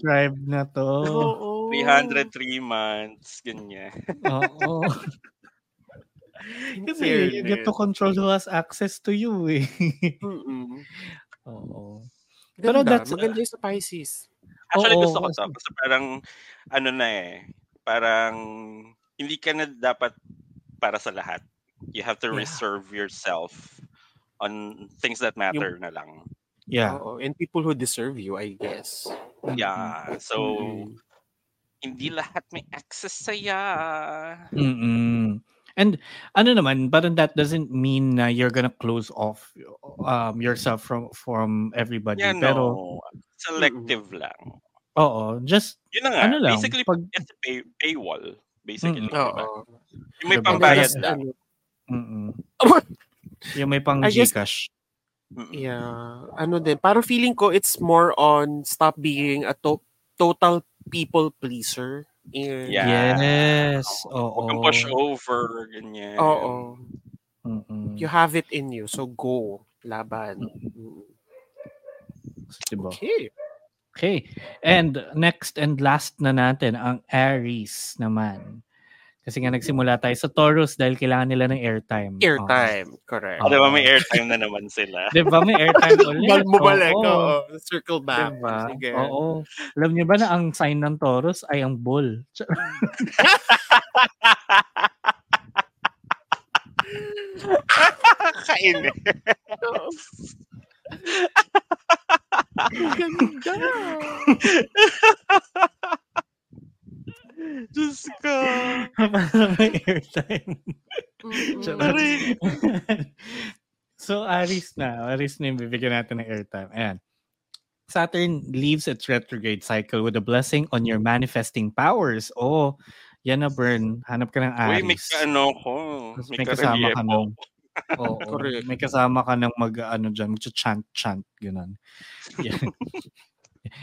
Speaker 1: 300.
Speaker 2: subscribe na to.
Speaker 3: Oo.
Speaker 1: 303 months. Ganyan.
Speaker 2: Oo. Kasi you get to control who has access to you eh.
Speaker 3: Mm-mm.
Speaker 2: Oo. Pero
Speaker 3: Ganda.
Speaker 2: that's-
Speaker 3: Maganda yung sa Pisces.
Speaker 1: Actually,
Speaker 2: Oo,
Speaker 1: gusto ko to.
Speaker 2: kasi-
Speaker 1: Kasi parang, ano na eh, parang, hindi ka na dapat para sa lahat. You have to
Speaker 3: Yeah.
Speaker 1: reserve yourself on things that matter na lang.
Speaker 2: Yeah.
Speaker 3: Oo. And people who deserve you, I guess.
Speaker 1: Yeah. So, hindi lahat may access sa'ya.
Speaker 2: Mm-mm. And ano naman, but that doesn't mean na you're gonna close off um, yourself from from everybody.
Speaker 1: Yeah,
Speaker 2: Pero
Speaker 1: no. Selective lang.
Speaker 2: oo, just
Speaker 1: Yun na nga.
Speaker 2: ano lang,
Speaker 1: Basically,
Speaker 2: pag
Speaker 1: it's a pay, paywall. Basically.
Speaker 2: Mm,
Speaker 1: diba?
Speaker 3: Oo.
Speaker 1: Yung
Speaker 2: Diba?
Speaker 1: may
Speaker 3: And then
Speaker 1: pambayad
Speaker 3: that's-
Speaker 1: lang.
Speaker 3: ano,
Speaker 2: mm-mm.
Speaker 3: What?
Speaker 2: yung may pang
Speaker 3: I guess-
Speaker 2: Gcash.
Speaker 1: Mm.
Speaker 3: Yeah. Ano din, parang feeling ko it's more on stop being a to- total people pleaser. And,
Speaker 1: Yeah.
Speaker 2: Yes.
Speaker 1: Huwag
Speaker 2: Oo.
Speaker 1: kang push over. Ganyan.
Speaker 3: Oo.
Speaker 2: Mm-mm.
Speaker 3: You have it in you, so go. Laban. Mm.
Speaker 2: Diba?
Speaker 3: Okay.
Speaker 2: Okay. And next and last na natin, ang Aries naman. Kasi nga nagsimula tayo sa Taurus dahil kailangan nila ng airtime.
Speaker 3: Airtime. Correct.
Speaker 1: Oh, diba may airtime na naman sila?
Speaker 2: Oo. Diba? May airtime ulit.
Speaker 3: Bal- Bumalik.
Speaker 2: Oo.
Speaker 3: Oo. Circle back.
Speaker 2: Diba?
Speaker 3: Sige.
Speaker 2: Oo. Alam niyo ba na ang sign ng Taurus ay ang bull? Ch-
Speaker 1: Kakainin.
Speaker 3: Ganda.
Speaker 1: Diyos ko.
Speaker 2: Parang may airtime.
Speaker 3: Mm-mm.
Speaker 2: Charot. so, Aries na. Aries na yung bibigyan natin ng airtime. Ayan. Saturn leaves its retrograde cycle with a blessing on your manifesting powers. Oh, yan na, Bern. Hanap ka ng
Speaker 1: Uy,
Speaker 2: Aries.
Speaker 1: may ka- ano ko.
Speaker 2: Tapos
Speaker 1: May,
Speaker 2: may kasama ka
Speaker 1: karelyebo.
Speaker 2: nung Oo,
Speaker 3: Correct.
Speaker 2: may kasama ka ng mag ano dyan, chant chant ganun. Yeah.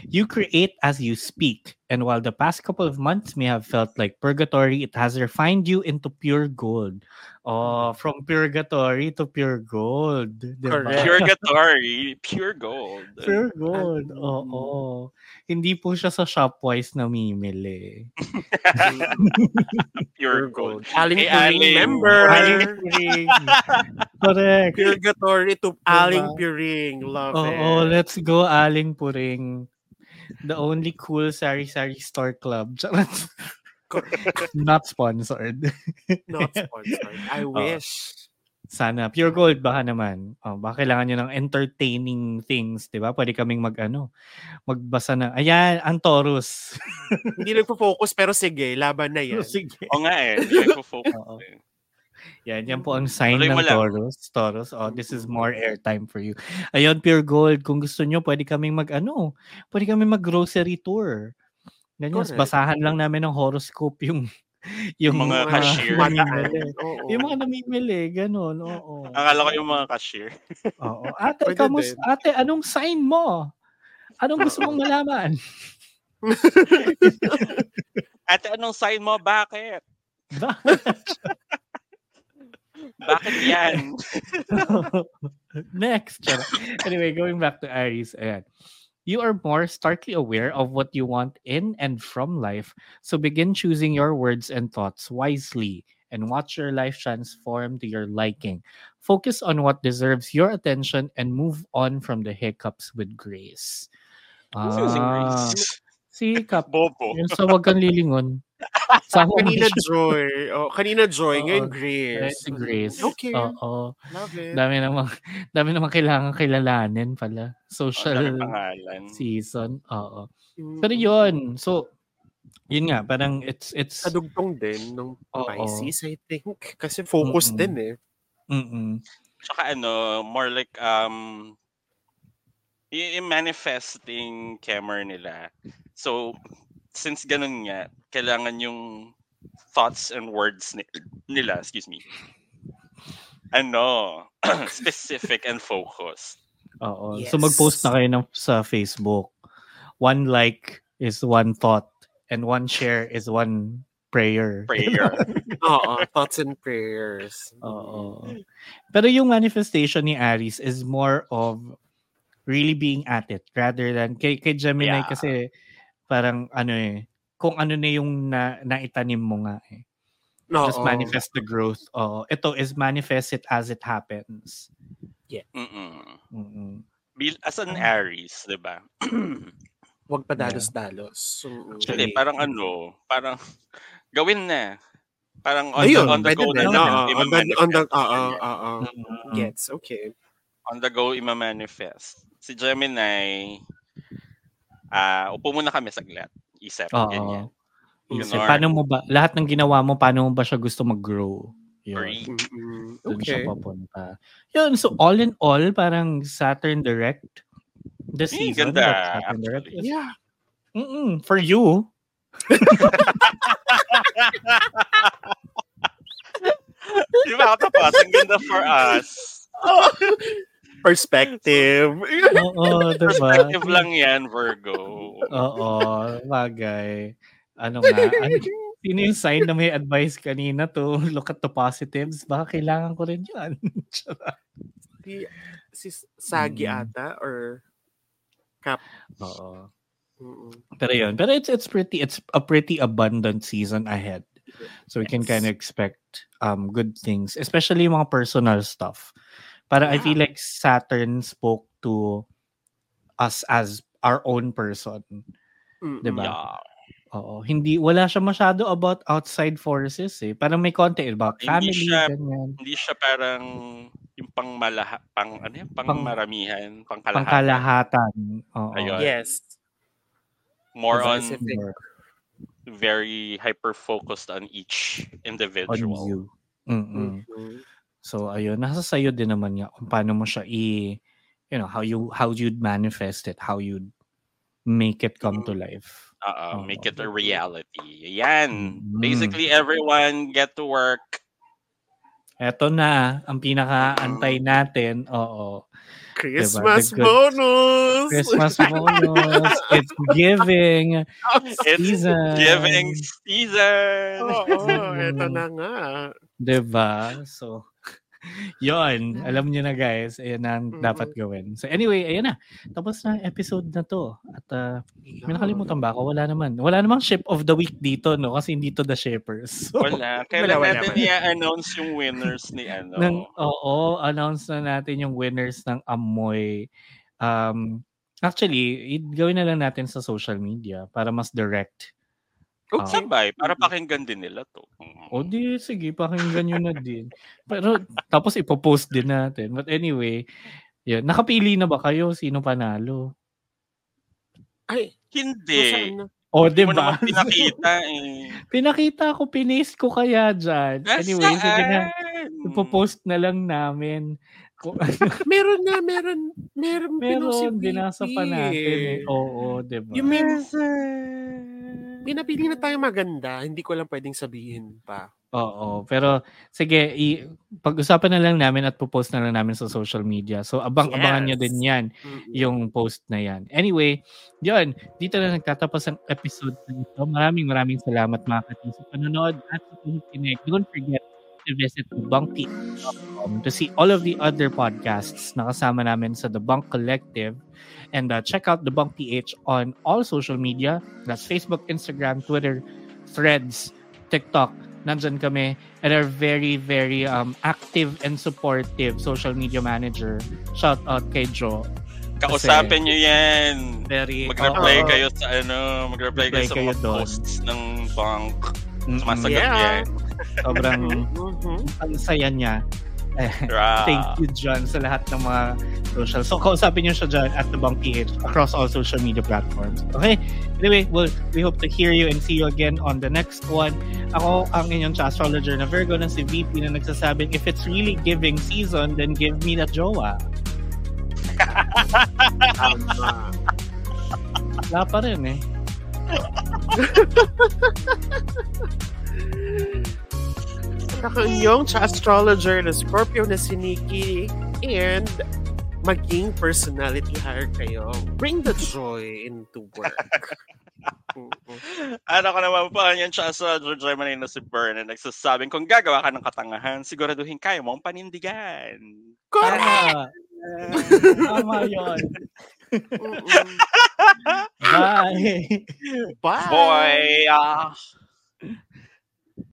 Speaker 2: you create as you speak and while the past couple of months may have felt like purgatory, it has refined you into pure gold. Oh, from purgatory to pure gold. Diba?
Speaker 3: Correct.
Speaker 1: Pure Gatori. Pure gold.
Speaker 2: Pure gold. Oo. Hindi po siya sa shopwise namimili.
Speaker 1: Pure gold.
Speaker 3: Aling
Speaker 1: Hey,
Speaker 3: Turing
Speaker 1: Aling.
Speaker 3: member.
Speaker 2: Aling Turing. Correct.
Speaker 3: Purgatory to Aling Puring. Love it.
Speaker 2: Oh, let's go Aling Puring. The only cool sari sari store club. Charot.
Speaker 3: Correct.
Speaker 2: Not sponsored.
Speaker 3: Not sponsored. I wish.
Speaker 2: Sana. Pure gold, baka naman. Oh, baka kailangan nyo ng entertaining things, di ba? Pwede kaming mag, ano, magbasa na. Ayan, ang Taurus.
Speaker 3: Hindi nagpo-focus pero sige, laban na yan.
Speaker 2: Sige.
Speaker 1: Oo nga eh. Hindi nagpo-focus.
Speaker 2: Oo.
Speaker 1: eh.
Speaker 2: Yan, yan po ang sign
Speaker 1: Tuloy mo
Speaker 2: ng
Speaker 1: lang.
Speaker 2: Taurus. Taurus, oh, this is more airtime for you. Ayun, Pure Gold, kung gusto nyo, pwede kaming mag, ano, pwede kaming mag-grocery tour. Ganyan,
Speaker 3: Correct.
Speaker 2: basahan lang namin ng horoscope yung, yung
Speaker 1: Mga
Speaker 2: mga
Speaker 1: cashier.
Speaker 2: namimili.
Speaker 3: Oo.
Speaker 2: Yung mga namimili, ganun, oo.
Speaker 1: Akala ko yung mga cashier.
Speaker 2: Oo. Ate,
Speaker 3: Pwede
Speaker 2: kamus,
Speaker 3: din.
Speaker 2: ate, anong sign mo? Anong gusto mong malaman?
Speaker 1: Ate, anong sign mo? Bakit?
Speaker 2: Bakit?
Speaker 1: Bakit yan?
Speaker 2: Next. Charot. Anyway, going back to Aries, ayan. You are more starkly aware of what you want in and from life, so begin choosing your words and thoughts wisely and watch your life transform to your liking. Focus on what deserves your attention and move on from the hiccups with grace.
Speaker 1: Who's using
Speaker 2: Ah,
Speaker 1: Grace?
Speaker 2: si Kap.
Speaker 1: Bobo.
Speaker 2: Yung sa wag kang lilingon. Sa akong
Speaker 3: Kanina Joy. Oh, kanina
Speaker 2: Oo.
Speaker 3: Joy, ngayon Grace.
Speaker 2: si Grace. Oh.
Speaker 3: Okay.
Speaker 2: Oo.
Speaker 3: Love it.
Speaker 2: Dami namang, dami namang kailangan kilalanin pala.
Speaker 1: Ang Oh, dami
Speaker 2: Social
Speaker 1: pangalan.
Speaker 2: season. Oo.
Speaker 3: Mm.
Speaker 2: Pero yun, so, yun nga, parang it's, it's,
Speaker 3: Kadugtong din ng
Speaker 2: Oo.
Speaker 3: Pisces, I think. Kasi focus
Speaker 2: Mm-mm.
Speaker 3: din eh.
Speaker 2: mm
Speaker 1: Tsaka ano, more like um i- manifesting camera nila. So since ganun nga, kailangan yung thoughts and words ni- nila, excuse me. Ano, specific and focused.
Speaker 2: Oo.
Speaker 3: Yes.
Speaker 2: So mag-post na kayo ng, sa Facebook. One like is one thought and one share is one prayer.
Speaker 1: Prayer.
Speaker 3: Oo, thoughts and prayers.
Speaker 2: Oo. Pero yung manifestation ni Aries is more of really being at it rather than kay, kay Gemini
Speaker 1: Yeah.
Speaker 2: kasi parang ano eh kung ano na yung na, naitanim mo nga eh.
Speaker 3: Mm. Oo.
Speaker 2: Just manifest the growth. Oo. Ito is manifest it as it happens.
Speaker 1: Mm-mm.
Speaker 2: Mm-mm.
Speaker 1: Bil- As
Speaker 3: Mm.
Speaker 1: an Aries, di ba?
Speaker 3: Huwag Mm. pa dalos-dalos. Oo.
Speaker 1: Hindi, parang ano, parang gawin na. Parang on
Speaker 3: Ayun,
Speaker 1: the, on the
Speaker 3: pwede
Speaker 1: go na
Speaker 3: din.
Speaker 1: lang.
Speaker 3: Oo, on the- on the,
Speaker 1: imamanifest.
Speaker 3: oo, oo.
Speaker 2: Mm-mm.
Speaker 3: Gets, okay.
Speaker 1: on the go imamanifest. Si Gemini, ah upo muna kami saglit. Isip,
Speaker 2: Oo.
Speaker 1: ganyan.
Speaker 2: Isip,
Speaker 1: Ganun.
Speaker 2: paano mo ba, lahat ng ginawa mo, paano mo ba siya gusto mag-grow?
Speaker 1: Free.
Speaker 2: Yun,
Speaker 3: Mm-mm.
Speaker 2: doon siya
Speaker 3: Okay.
Speaker 2: papunta. Yun, so all in all, parang Saturn Direct this
Speaker 1: Eh,
Speaker 2: season.
Speaker 1: ganda,
Speaker 2: but Saturn Direct is-
Speaker 1: actually.
Speaker 3: Yeah.
Speaker 2: Mm-mm, Mm, for you.
Speaker 1: Di ba tapos? Ang ganda for us.
Speaker 3: Perspective.
Speaker 2: Oo, diba?
Speaker 1: Perspective lang yan, Virgo.
Speaker 2: Oo, bagay. Ano nga, ano, sino yung sign na may advice kanina to look at the positives? Baka kailangan ko rin yan.
Speaker 3: si, si Sagi
Speaker 2: Mm.
Speaker 3: ata or
Speaker 2: Oo.
Speaker 3: Mm-mm.
Speaker 2: Pero yun, pero it's it's pretty it's a pretty abundant season ahead. So we can
Speaker 3: Yes.
Speaker 2: kind of expect um good things, especially yung mga personal stuff. Para I feel like Saturn spoke to us as our own person.
Speaker 3: Mm-mm.
Speaker 2: Diba?
Speaker 1: Yeah.
Speaker 2: Oo, hindi wala siya masyado about outside forces eh. Parang may konti about family
Speaker 1: Hindi siya-
Speaker 2: ganyan.
Speaker 1: Hindi siya parang yung pang malaha, pang ano yan, pang,
Speaker 2: Pang-
Speaker 1: maramihan, pang kalahatan.
Speaker 2: Pangkalahatan. Oo.
Speaker 1: Ayun.
Speaker 3: Yes.
Speaker 1: More on
Speaker 3: Specific.
Speaker 1: very hyper-focused on each
Speaker 2: on
Speaker 1: individual.
Speaker 2: you. Mm-mm.
Speaker 3: Mm-mm.
Speaker 2: So ayun, nasa sayo din naman nga kung paano mo siya i you know, how you how you'd manifest it, how you'd make it come
Speaker 1: Mm.
Speaker 2: to life.
Speaker 1: uh
Speaker 2: Oo.
Speaker 1: make it a reality. Yan.
Speaker 2: Oh, Mm.
Speaker 1: Basically, everyone get to work.
Speaker 2: Eto na ang pinakaantay
Speaker 1: Mm.
Speaker 2: natin. Oo.
Speaker 3: Christmas
Speaker 2: The good-
Speaker 3: bonus!
Speaker 2: Diba? Christmas bonus. It's giving
Speaker 1: It's
Speaker 2: season.
Speaker 1: giving season.
Speaker 2: Oh.
Speaker 3: Oo,
Speaker 2: Mm.
Speaker 3: eto na nga.
Speaker 2: 'Di ba? So, yon Alam niyo na guys. Ayan na ang dapat gawin. So anyway, ayan na. Tapos na ang episode na to. At uh, may nakalimutan ba ako? Wala naman. Wala namang ship of the week dito, no? Kasi hindi to the shippers. So,
Speaker 1: Wala. Kailan
Speaker 3: Wala, wala,
Speaker 1: natin
Speaker 3: wala.
Speaker 1: i-announce yung winners ni ano?
Speaker 2: ng, oo, announce na natin yung winners ng Amoy. Um, actually, i- gawin na lang natin sa social media para mas direct.
Speaker 3: Okay.
Speaker 1: Sabay, para pakinggan din nila to. Mm.
Speaker 2: O Oh. di, sige, pakinggan nyo na din. Pero tapos ipopost din natin. But anyway, yun. nakapili na ba kayo sino panalo?
Speaker 3: Ay,
Speaker 1: Hindi.
Speaker 3: nasaan na?
Speaker 2: O, di
Speaker 1: Hindi mo
Speaker 2: ba?
Speaker 1: naman pinakita eh.
Speaker 2: Pinakita ko, pinaste ko kaya dyan. Anyway, sige na.
Speaker 1: Nasaan?
Speaker 2: Ipopost na lang namin. Kung-
Speaker 3: Meron na, meron. Meron, pinost si
Speaker 2: Meron, binasa pa
Speaker 3: Vicky.
Speaker 2: natin. Eh. Oo, di ba?
Speaker 3: You mean, pinapili na tayo maganda, hindi ko lang pwedeng sabihin pa.
Speaker 2: Oo, pero sige, i- pag-usapan na lang namin at popost na lang namin sa social media. So abang-abangan nyo din yan,
Speaker 3: Mm-mm.
Speaker 2: yung post na yan. Anyway, yun, dito na nagtatapos ang episode na ito. Maraming maraming salamat mga katin sa panonood at sa pagkikinig. Don't forget to visit thebunkteam.com to see all of the other podcasts na kasama namin sa The Bunk Collective. And uh, check out The Bunk PH on all social media. That's Facebook, Instagram, Twitter, Threads, TikTok. Nandyan kami at our very, very um, active and supportive social media manager. Shout out kay Joe.
Speaker 1: Kausapin nyo yan.
Speaker 2: Very,
Speaker 1: Mag-reply
Speaker 3: Oo.
Speaker 1: kayo sa ano, mag-reply kayo
Speaker 2: Reply
Speaker 1: sa
Speaker 2: kayo
Speaker 1: mga
Speaker 2: doon.
Speaker 1: posts ng bank.
Speaker 2: Mm-mm.
Speaker 1: Sumasagot
Speaker 3: Yeah.
Speaker 1: yan.
Speaker 2: Mm, Sobrang
Speaker 3: Mhm.
Speaker 2: ang saya niya. Eh,
Speaker 1: Grabe.
Speaker 2: Thank you, John, sa lahat ng mga social. So, kausapin niyo siya, John, at The Bang PH across all social media platforms. Okay? Anyway, well, we hope to hear you and see you again on the next one. Ako ang inyong astrologer na Virgo na si VP na nagsasabing, if it's really giving season, then give me na jowa.
Speaker 3: Tama.
Speaker 2: Wala pa rin eh.
Speaker 3: Ako ang inyong astrologer na Scorpio na si Nikki and maging personality hire kayo. Bring the joy into work. Mm-mm.
Speaker 1: Ano ko naman po, yan siya sa Roger Germany na si Bern na nagsasabing kung gagawa ka ng katangahan, siguraduhin kaya mong panindigan.
Speaker 2: Tama.
Speaker 3: Correct!
Speaker 2: Ah, Tama yun.
Speaker 3: Mm-mm.
Speaker 2: Bye.
Speaker 3: Bye!
Speaker 1: Boy! ah.